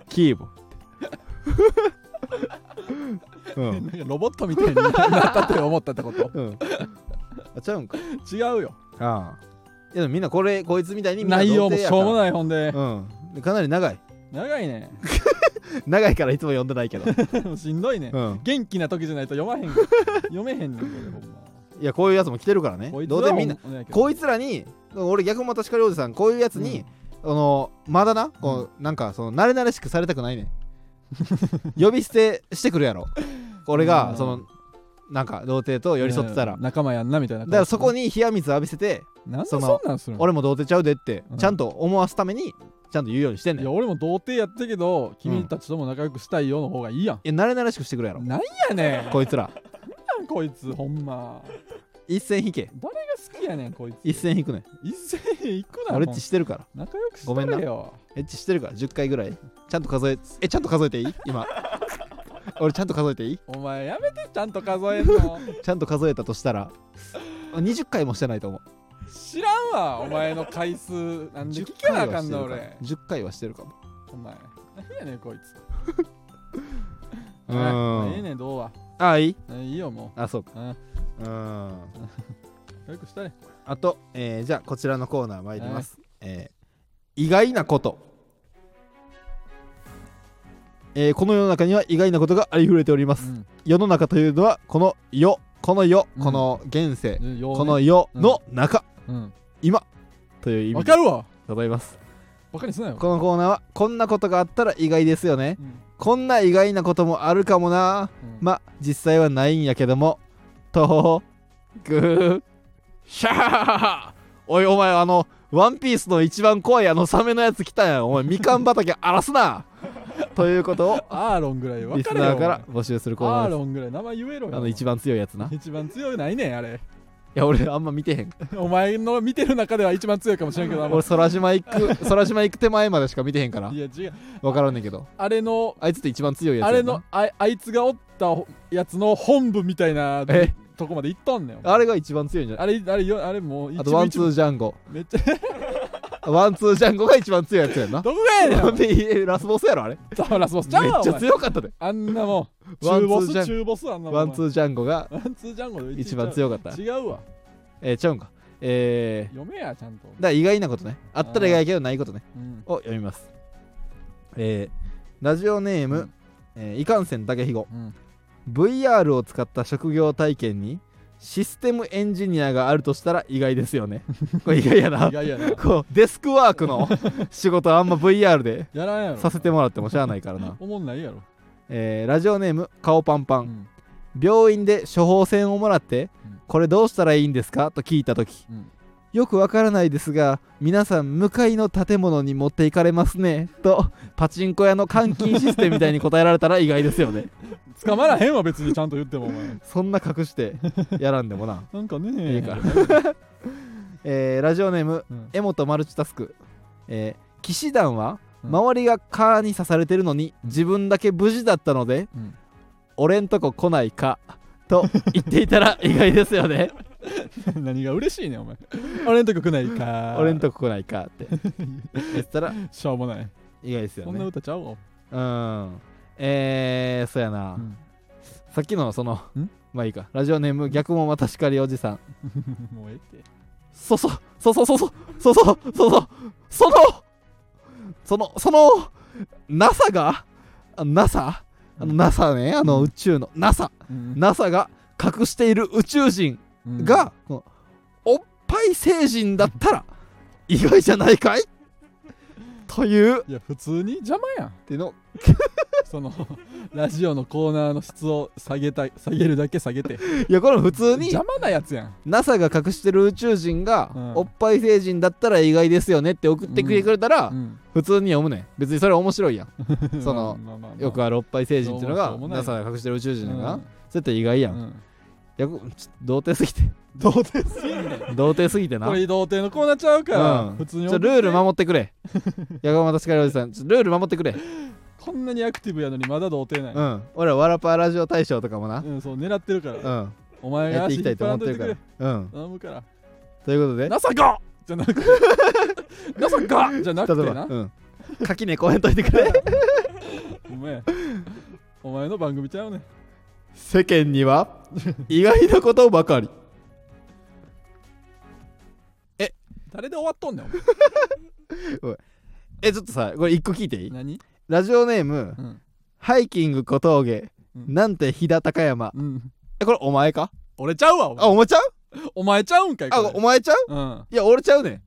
Speaker 1: キーボってうん、
Speaker 2: なんかロボットみたいになったって思ったってこと
Speaker 1: うん、あちゃ
Speaker 2: [laughs]
Speaker 1: うんか
Speaker 2: 違うよ
Speaker 1: ああいやでもみんなこれこいつみたいにみんな
Speaker 2: 内容も
Speaker 1: 童
Speaker 2: し
Speaker 1: 貞
Speaker 2: ょうも
Speaker 1: や
Speaker 2: ないほんで
Speaker 1: からうんでかなり長い
Speaker 2: 長いね
Speaker 1: 長いからいつも読んでない
Speaker 2: [laughs]
Speaker 1: けど、
Speaker 2: しんどいね
Speaker 1: うん、
Speaker 2: 元気な時じゃないと読まへんから読めへんねんこれほんま
Speaker 1: いやこういうやつも来てるからね
Speaker 2: こいつ
Speaker 1: どうで
Speaker 2: は
Speaker 1: もみんな
Speaker 2: ほんまやけど
Speaker 1: こいつらに俺逆もまたしかりおじさんこういうやつに、あのまだなこうなんかその慣れ慣れしくされたくないねん [laughs] 呼び捨てしてくるやろ俺
Speaker 2: う
Speaker 1: が
Speaker 2: ん
Speaker 1: そのなんか童貞と寄り添ってたら
Speaker 2: いやいや仲間やんなみたいな
Speaker 1: だからそこ
Speaker 2: に
Speaker 1: に冷や水浴びせて
Speaker 2: なんでそ
Speaker 1: そ
Speaker 2: ん
Speaker 1: の
Speaker 2: なんするの
Speaker 1: 俺も童貞ちゃうでって
Speaker 2: うん
Speaker 1: ちゃんと思わすためにちゃんと言うようにしてんね
Speaker 2: い
Speaker 1: んい
Speaker 2: や俺も童貞やったけど君たちとも仲良くしたいよの方がいいやん、
Speaker 1: や慣れ慣れしくしてくれやろ
Speaker 2: なんやねん
Speaker 1: こいつら
Speaker 2: なんこいつほんま俺
Speaker 1: 一線引け
Speaker 2: が好きやねんこいつ
Speaker 1: 一線引くねん
Speaker 2: 一斉に行くな
Speaker 1: 俺
Speaker 2: も
Speaker 1: エ
Speaker 2: う
Speaker 1: ッチしてるから
Speaker 2: 仲良くし
Speaker 1: ごめん
Speaker 2: て
Speaker 1: な
Speaker 2: れよ
Speaker 1: エッチしてるから10回ぐらいちゃんと数ええちゃんと数えていい今俺ちゃんと数えていい
Speaker 2: お前やめてちゃんと数えんの
Speaker 1: ちゃんと数えたとしたら20回もしてないと思う
Speaker 2: 知らんわお前の回数なんで聞
Speaker 1: 10
Speaker 2: けな
Speaker 1: 回
Speaker 2: あか
Speaker 1: はし
Speaker 2: ん
Speaker 1: てる
Speaker 2: の
Speaker 1: から
Speaker 2: 俺
Speaker 1: 10回はしてるかも
Speaker 2: お前何やねんこいつ
Speaker 1: う
Speaker 2: はいまあええ
Speaker 1: ーん
Speaker 2: ねんどうは
Speaker 1: ああいい
Speaker 2: うんいいよも
Speaker 1: あそうか
Speaker 2: ううん
Speaker 1: うーん
Speaker 2: 仲良くしたれ
Speaker 1: あと、えーじゃあこちらのコーナー参ります、えー意外なこと、えーこの世の中には意外なことがありふれておりま
Speaker 2: う
Speaker 1: す、
Speaker 2: ん
Speaker 1: 世の中というのはこの世この世、
Speaker 2: うん
Speaker 1: この現世、
Speaker 2: うんようね
Speaker 1: この世の中、
Speaker 2: うん
Speaker 5: 今という意
Speaker 2: わ
Speaker 5: 味で
Speaker 2: かるわ
Speaker 5: ございます
Speaker 2: バカにすなよ、
Speaker 1: このコーナーはこんなことがあったら意外ですよね
Speaker 2: うん
Speaker 1: こんな意外なこともあるかもな
Speaker 2: うん
Speaker 1: ま実際はないんやけどもとぐーシャハハハおいお前あのワンピースの一番怖いあのサメのやつ来たやんお前みかん畑荒らすなということを
Speaker 2: アーロンぐらいわ
Speaker 1: リ
Speaker 2: か
Speaker 1: ス
Speaker 2: るよ
Speaker 1: ナーから募集するコー
Speaker 2: ア
Speaker 1: ナー
Speaker 2: ー
Speaker 1: です
Speaker 2: ロンぐらい名前言えろよ
Speaker 1: あの一番強いやつない
Speaker 2: 一番強いないねんあれ
Speaker 1: や俺あんま見てへん
Speaker 2: お前の見てる中では一番強いかもしれんけどあんま
Speaker 1: 俺空島行く空島行く手前までしか見てへんから
Speaker 2: いや違う
Speaker 1: 分からんねんけど
Speaker 2: あれの
Speaker 1: あいつって一番強いやつ
Speaker 2: あ
Speaker 1: や
Speaker 2: れ
Speaker 1: な
Speaker 2: のああいつがおったやつの本部みたいな
Speaker 1: え
Speaker 2: とこまで行っとんねん
Speaker 1: あれが一番強いんじゃない
Speaker 2: あれあれよあれもう一
Speaker 1: あとワ
Speaker 2: 部
Speaker 1: ン
Speaker 2: 一
Speaker 1: ツ
Speaker 2: 部
Speaker 1: ージャンゴ
Speaker 2: めっちゃ
Speaker 1: [laughs] ワンツージャンゴが一番強いやつやんな
Speaker 2: どこがやねんお前
Speaker 1: ラスボスやろあれ
Speaker 2: ダラスボスちゃう
Speaker 1: めっ
Speaker 2: わ
Speaker 1: ち
Speaker 2: お
Speaker 1: ゃ
Speaker 2: 前
Speaker 1: 強かったで
Speaker 2: あんなもん
Speaker 1: ワンツ
Speaker 2: 中ボ
Speaker 1: ー
Speaker 2: ス
Speaker 1: ジャン
Speaker 2: 中ボスあんなもん
Speaker 1: ワンツージャンゴが
Speaker 2: ワンツージャンゴで
Speaker 1: 一番強かった
Speaker 2: 違うわ
Speaker 1: えー、ちゃうんかえー
Speaker 2: 読めやちゃんと、
Speaker 1: だから意外なことねあったら意外やけどないことね
Speaker 2: うん、
Speaker 1: を読みますえー、ラジオネーム、
Speaker 2: うん
Speaker 1: えーいかんせんだけひご
Speaker 2: うん
Speaker 1: VR を使った職業体験にシステムエンジニアがあるとしたら意外です
Speaker 2: [laughs]
Speaker 1: よねこれ意外やな
Speaker 2: 意外やな
Speaker 1: こうデスクワークの仕事はあんま VR で
Speaker 2: やらんやろ
Speaker 1: させてもらってもしゃあないからな、
Speaker 2: おもんないやろ、
Speaker 1: えーラジオネーム顔パンパン、
Speaker 2: うん
Speaker 1: 病院で処方箋をもらって、
Speaker 2: うん
Speaker 1: これどうしたらいいんですかと聞いた時、
Speaker 2: うん
Speaker 1: よくわからないですが皆さん向かいの建物に持っていかれますねとパチンコ屋の監禁システムみたいに答えられたら意外ですよね
Speaker 2: 捕まらへんわ別にちゃんと言ってもお前
Speaker 1: そんな隠してやらんでもな
Speaker 2: なんかね
Speaker 1: いいかえーラジオネーム、
Speaker 2: うん
Speaker 1: エモとマルチタスク、えー騎士団は
Speaker 2: うん
Speaker 1: 周りが蚊に刺されてるのに自分だけ無事だったので、
Speaker 2: うん
Speaker 1: 俺んとこ来ないかと言っていたら [laughs] 意外ですよね
Speaker 2: 何が嬉しいねんお前俺んとこ来ないか
Speaker 1: 俺んとこ来ないか
Speaker 2: [laughs]
Speaker 1: って言ったら
Speaker 2: しょうもない
Speaker 1: 意外ですよ
Speaker 2: そんな
Speaker 1: ね
Speaker 2: 歌ちゃうわ、
Speaker 1: うんえー、そうやな、
Speaker 2: うん
Speaker 1: さっきのその
Speaker 2: ん
Speaker 1: まあいいかラジオネーム逆もまたしかりおじさん
Speaker 2: [laughs] もうええって
Speaker 1: そそそそそそそそそそそのそのその NASA があ NASA あの NASA ねあの宇宙の NASA、NASA が隠している宇宙人
Speaker 2: うん
Speaker 1: が、このおっぱい星人だったら意外じゃないかいというっ
Speaker 2: いや普通に邪魔やん
Speaker 1: ていうのを
Speaker 2: その [laughs] ラジオのコーナーの質を下げたい下げるだけ下げて
Speaker 1: いやこれ普通に
Speaker 2: 邪魔なやつやん
Speaker 1: NASA が隠してる宇宙人が、
Speaker 2: うん
Speaker 1: おっぱい星人だったら意外ですよねって送ってきてくれたら、
Speaker 2: うん
Speaker 1: 普通に読むねん別にそれ面白いやん [laughs] その
Speaker 2: まあまあまあ
Speaker 1: よくあるおっぱい星人っていうの
Speaker 2: ど
Speaker 1: が
Speaker 2: うもしょうもない
Speaker 1: NASA が隠してる宇宙人だから、
Speaker 2: うん
Speaker 1: そうやって意外やん、い
Speaker 2: うん
Speaker 1: やこちょ童貞すぎて
Speaker 2: 童貞すぎんねん
Speaker 1: 童貞すぎてな
Speaker 2: これ童貞のコーナーちゃうから、
Speaker 1: うん
Speaker 2: 普通
Speaker 1: ち
Speaker 2: に
Speaker 1: ょルール守ってく
Speaker 2: [laughs]
Speaker 1: れヤガマタシカリおじさんちょルール守ってくれ
Speaker 2: こんなにアクティブやのにまだ童貞
Speaker 1: う
Speaker 2: なん、、
Speaker 1: 俺らわらぱラジオ大賞とかもない
Speaker 2: うん、そう狙ってるから、
Speaker 1: うん、
Speaker 2: お前が
Speaker 1: やって
Speaker 2: 足
Speaker 1: いき
Speaker 2: 引った
Speaker 1: いと
Speaker 2: 張ら
Speaker 1: 思っ
Speaker 2: んと
Speaker 1: て
Speaker 2: いて
Speaker 1: る
Speaker 2: く
Speaker 1: か
Speaker 2: れ
Speaker 1: らうん
Speaker 2: 頼むから
Speaker 1: ということで
Speaker 2: なさかじゃなく
Speaker 1: [laughs]
Speaker 2: てなさかじゃな
Speaker 1: 例
Speaker 2: くて
Speaker 1: えば
Speaker 2: な
Speaker 1: うん垣根越えんといてくれ [laughs]
Speaker 2: お前お前の番組ちゃうねん
Speaker 1: 世間には意外なことばかり
Speaker 2: 誰で終わっとんねんお前
Speaker 1: えちょっとさこれ一個聞いていい
Speaker 2: 何
Speaker 1: ラジオネーム
Speaker 2: うん
Speaker 1: ハイキング小峠
Speaker 2: うん
Speaker 1: なんて飛騨高山
Speaker 2: うん
Speaker 1: えこれお前か
Speaker 2: 俺ちゃうわお前
Speaker 1: あお前ちゃう
Speaker 2: お前ちゃうんかいこ
Speaker 1: あ
Speaker 2: れ
Speaker 1: お前ちゃう
Speaker 2: うん、
Speaker 1: いや俺ちゃうねん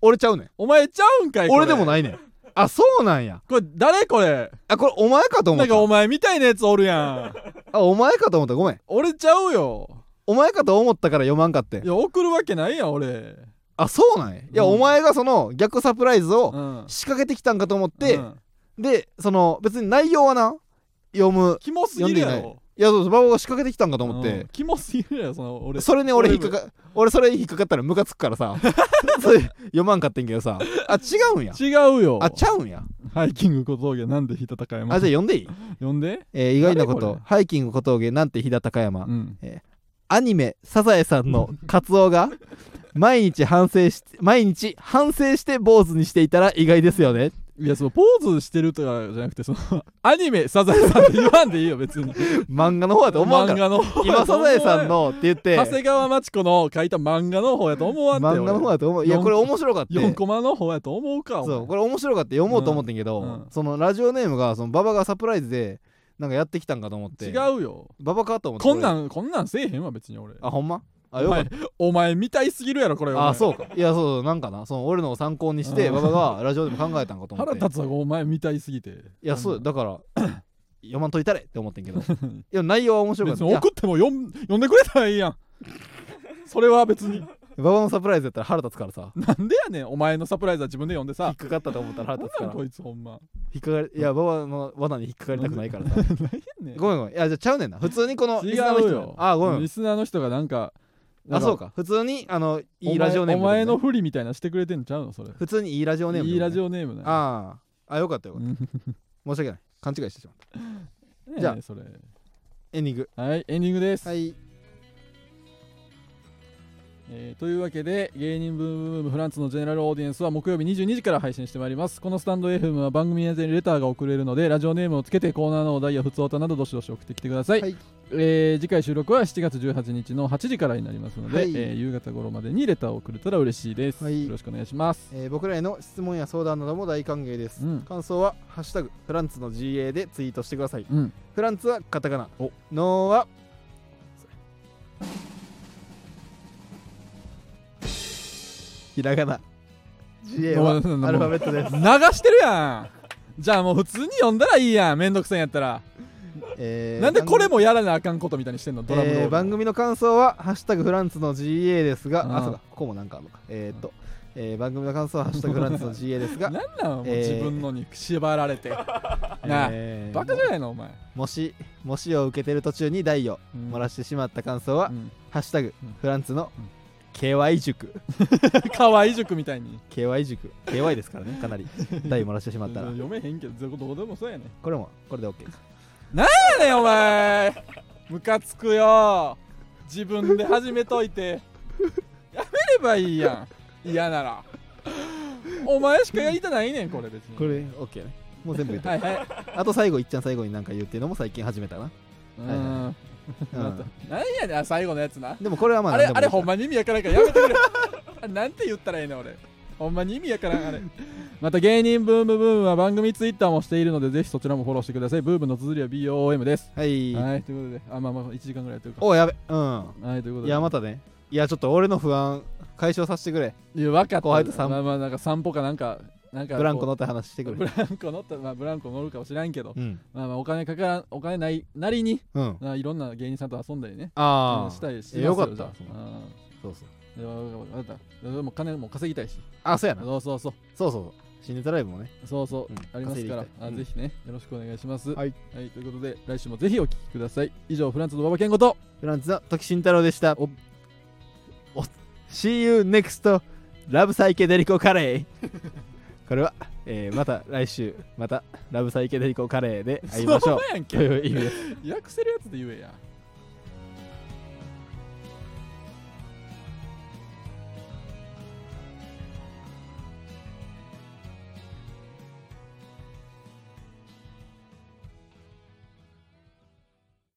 Speaker 1: 俺ちゃうねん
Speaker 2: お前ちゃうんかいこれ
Speaker 1: 俺でも
Speaker 2: い
Speaker 1: ないねんあそうなんや
Speaker 2: これ誰これ
Speaker 1: あこれお前かと思
Speaker 2: な
Speaker 1: っ
Speaker 2: んかお
Speaker 1: た
Speaker 2: 前みたいなやつおる
Speaker 1: [laughs]
Speaker 2: やん
Speaker 1: あお前かと思ったごめん
Speaker 2: 俺ちゃうよ
Speaker 1: お前かと思ったから読まんかってん
Speaker 2: いや送るわけないやん俺
Speaker 1: あそうなんやいや、
Speaker 2: うん
Speaker 1: お前がその逆サプライズを
Speaker 2: うん
Speaker 1: 仕掛けてきたんかと思って、
Speaker 2: うん
Speaker 1: でその別に内容はな読む
Speaker 2: キモすぎるや
Speaker 1: 読んで
Speaker 2: ろ
Speaker 1: いやそうそう馬場が仕掛けてきたんかと思っ
Speaker 2: うん
Speaker 1: て、
Speaker 2: キモすぎるやろその俺
Speaker 1: それに俺
Speaker 2: 俺
Speaker 1: 引っかか俺それ引っかかったらムカつくから
Speaker 2: [laughs]
Speaker 1: さそれ読まんかってんけどさあ違うんや
Speaker 2: 違うよ
Speaker 1: あちゃうんや
Speaker 2: ハイキング小峠なんで日高山
Speaker 1: あじゃあ読んでいい、
Speaker 2: 呼んで
Speaker 1: えー意外なこ
Speaker 2: 誰
Speaker 1: と
Speaker 2: これ
Speaker 1: ハイキング小峠なんて飛騨高山、
Speaker 2: うん
Speaker 1: アニメ「サザエさん」のカツオが毎日反省し毎日反省して坊主にしていたら意外ですよね
Speaker 2: いやそのポーズしてるとかじゃなくてそのアニメサザエさんって言わんでいい
Speaker 1: [laughs]
Speaker 2: よ別に
Speaker 1: 漫画の方だと思わんか
Speaker 2: 漫
Speaker 1: ら
Speaker 2: 画の
Speaker 1: 今サザエさんのって言って
Speaker 2: 長谷川町子の書いた漫画の方やと思わんて
Speaker 1: 漫画の方だと思ういや
Speaker 2: 四
Speaker 1: これ面白かった
Speaker 2: 4コマの方やと思うかお前
Speaker 1: そうこれ面白かった読もうと思ってんけど、
Speaker 2: うんうん
Speaker 1: そのラジオネームがその馬場がサプライズでなんかやってきたんかと思って
Speaker 2: 違うよ
Speaker 1: 馬場かと思って
Speaker 2: こんなんんこんなんせえへんわ別に俺
Speaker 1: あほんまあよかっ
Speaker 2: お前みたいすぎるやろこれお
Speaker 1: た
Speaker 2: 前
Speaker 1: あそうかいやそうそうなんかなその俺のを参考にして
Speaker 2: うん
Speaker 1: 馬場がラジオでも考えたんかと思って
Speaker 2: 腹立つわお前みたいすぎて
Speaker 1: いやそうだから [coughs] 読まんといたれって思ってんけどいや内容は面白かっ
Speaker 2: 別
Speaker 1: た
Speaker 2: に
Speaker 1: いや
Speaker 2: 送っても読ん読んでくれたらいい
Speaker 1: [laughs]
Speaker 2: やんそれは別に
Speaker 1: 馬場のサプライズやったら腹立つからさ
Speaker 2: なんでやねんお前のサプライズは自分で読んで
Speaker 1: 引っ
Speaker 2: さ
Speaker 1: かかったと思ったら腹
Speaker 2: なん
Speaker 1: 立つか
Speaker 2: なん
Speaker 1: ら
Speaker 2: こいつほんま
Speaker 1: 引っかかりいや馬場の罠に引っかかりたくないからさ
Speaker 2: なんやねん
Speaker 1: ごめんごめんいやじゃあちゃうねんな普通にこのリ
Speaker 2: 違
Speaker 1: スナーの
Speaker 2: う
Speaker 1: 人ね
Speaker 2: よ
Speaker 1: あごめんごめ
Speaker 2: リ
Speaker 1: ん
Speaker 2: スナーの人がなんか
Speaker 1: あそう
Speaker 2: か
Speaker 1: か普通にあのいいラジオネーム
Speaker 2: お前
Speaker 1: だ
Speaker 2: お前の
Speaker 1: よね
Speaker 2: ふりみたいなしてくれてんちゃうのそれ
Speaker 1: 普通にいいラジオネームだよね
Speaker 2: いいラジオネームなんや
Speaker 1: あああよかったよかっ
Speaker 2: うん
Speaker 1: た申し訳ない勘違いしてしまった
Speaker 2: ね
Speaker 1: じゃ
Speaker 2: え
Speaker 1: あ
Speaker 2: それ
Speaker 1: エンディング
Speaker 2: はいエンディングです、
Speaker 1: はい
Speaker 2: えーというわけで芸人ブームブームフランツのジェネラルオーディエンスは木曜日22時から配信してまいりますこのスタンド FM は番組宛てにレターが送れるのでラジオネームをつけてコーナーのお題や普通歌などどしどし送ってきてください、
Speaker 1: はい
Speaker 2: えー次回収録は7月18日の8時からになりますので、
Speaker 1: はい
Speaker 2: えー夕方頃までにレターをくれたら嬉しいです、
Speaker 1: はい
Speaker 2: よろしくお願いします、
Speaker 1: えー僕らへの質問や相談なども大歓迎です
Speaker 2: うん
Speaker 1: 感想は「ハッシュタグフランツの GA」でツイートしてください
Speaker 2: うん
Speaker 1: フランツはカタカナ
Speaker 2: お
Speaker 1: ノーはひらがな GA は
Speaker 2: もうもう
Speaker 1: アルファベットです
Speaker 2: 流 [laughs] してるやんじゃあもう普通に読んだらいいやんめんどくさいんやったら、
Speaker 1: えー
Speaker 2: なんでこれもやらなあかんことみたいにしてんのドラムロール、
Speaker 1: えー番組の感想は「ハッシュタグフランツの GA」ですが、
Speaker 2: うん
Speaker 1: あそうかここもなんかあるのかえー、っと、えー番組の感想は「ハッシュタグフランツの GA」ですが
Speaker 2: なんなんもう
Speaker 1: えー
Speaker 2: 自分のに縛られ
Speaker 1: [laughs]
Speaker 2: て、なあ、
Speaker 1: えー
Speaker 2: バカじゃないのお前、
Speaker 1: もしもしを受けてる途中に代を
Speaker 2: うん
Speaker 1: 漏らしてしまった感想は「
Speaker 2: うん [laughs]
Speaker 1: ハッシュタグ
Speaker 2: うん
Speaker 1: フランツの
Speaker 2: うん
Speaker 1: KY 塾
Speaker 2: 可愛い塾みたいに
Speaker 1: KY 塾 KY ですからねかなり代漏らしてしまった
Speaker 2: [laughs]
Speaker 1: ら
Speaker 2: 読めへんけどどうでもそうやねん
Speaker 1: これもこれで OK
Speaker 2: やねん
Speaker 1: [laughs]
Speaker 2: お前ムカつくよ自分で始めといてやめればいいやん嫌ならお前しかやりたないねんこれ別に
Speaker 1: これ OK ねもう全部言った、
Speaker 2: はいはい
Speaker 1: あと最後いっちゃん最後になんか言うっていうのも最近始めたな、
Speaker 2: うん、
Speaker 1: はい
Speaker 2: [laughs] ま
Speaker 1: う
Speaker 2: た
Speaker 1: ん
Speaker 2: なんやねんあ最後のやつな
Speaker 1: でもこれはまあ
Speaker 2: あれ
Speaker 1: 何で
Speaker 2: あれ
Speaker 1: もいい
Speaker 2: ほん
Speaker 1: か
Speaker 2: まに意味やからんからやめてくれ [laughs] あれなんて言ったらいいの俺ほんまに意味やから
Speaker 1: [laughs]
Speaker 2: んあれまた芸人ブームブームは番組ツイッターもしているのでぜひそちらもフォローしてくださいブームの綴りは BOM です
Speaker 1: はい、
Speaker 2: はいということであまあまあ1時間ぐらいやってるか
Speaker 1: おやべうん
Speaker 2: はいということ
Speaker 1: い
Speaker 2: で
Speaker 1: やまたねいやちょっと俺の不安解消させてくれ
Speaker 2: いや分かった
Speaker 1: 後輩と散歩
Speaker 2: まあまあなんか散歩かなんかなんか
Speaker 1: ブランコ乗
Speaker 2: こ
Speaker 1: って話して
Speaker 2: う
Speaker 1: く
Speaker 2: ブ
Speaker 1: れ
Speaker 2: ランコ乗ったまあブランコ乗るかもしらんけど
Speaker 1: うん
Speaker 2: まあまあお金かからんお金ないなりに
Speaker 1: うん
Speaker 2: まあいろんな芸人さんと遊んだりね
Speaker 1: あ
Speaker 2: うん
Speaker 1: あ
Speaker 2: し
Speaker 1: そ
Speaker 2: たりして
Speaker 1: えよかった
Speaker 2: うん
Speaker 1: うそう
Speaker 2: いや分かったでも金も稼ぎたいし
Speaker 1: あそうやな
Speaker 2: そうそうそう
Speaker 1: そうそう新ネタライブもね
Speaker 2: そうそう、
Speaker 1: うん
Speaker 2: あります
Speaker 1: 稼いでい
Speaker 2: から
Speaker 1: き、たい
Speaker 2: あ
Speaker 1: うん
Speaker 2: ぜひね、よろしくお願いします。
Speaker 1: はい、
Speaker 2: ということで、来週もぜひお聞きください。以上、フランスの馬場健吾と、
Speaker 1: フランツの時慎太郎でした
Speaker 2: お
Speaker 1: お See you next ラブサイケデリコカレーこれは、えーまた来週またラブサイケデリコカレーで会いましょう
Speaker 2: [laughs] そのままやん
Speaker 1: という
Speaker 2: け。
Speaker 1: 意味です
Speaker 2: 訳せるやつで言えや。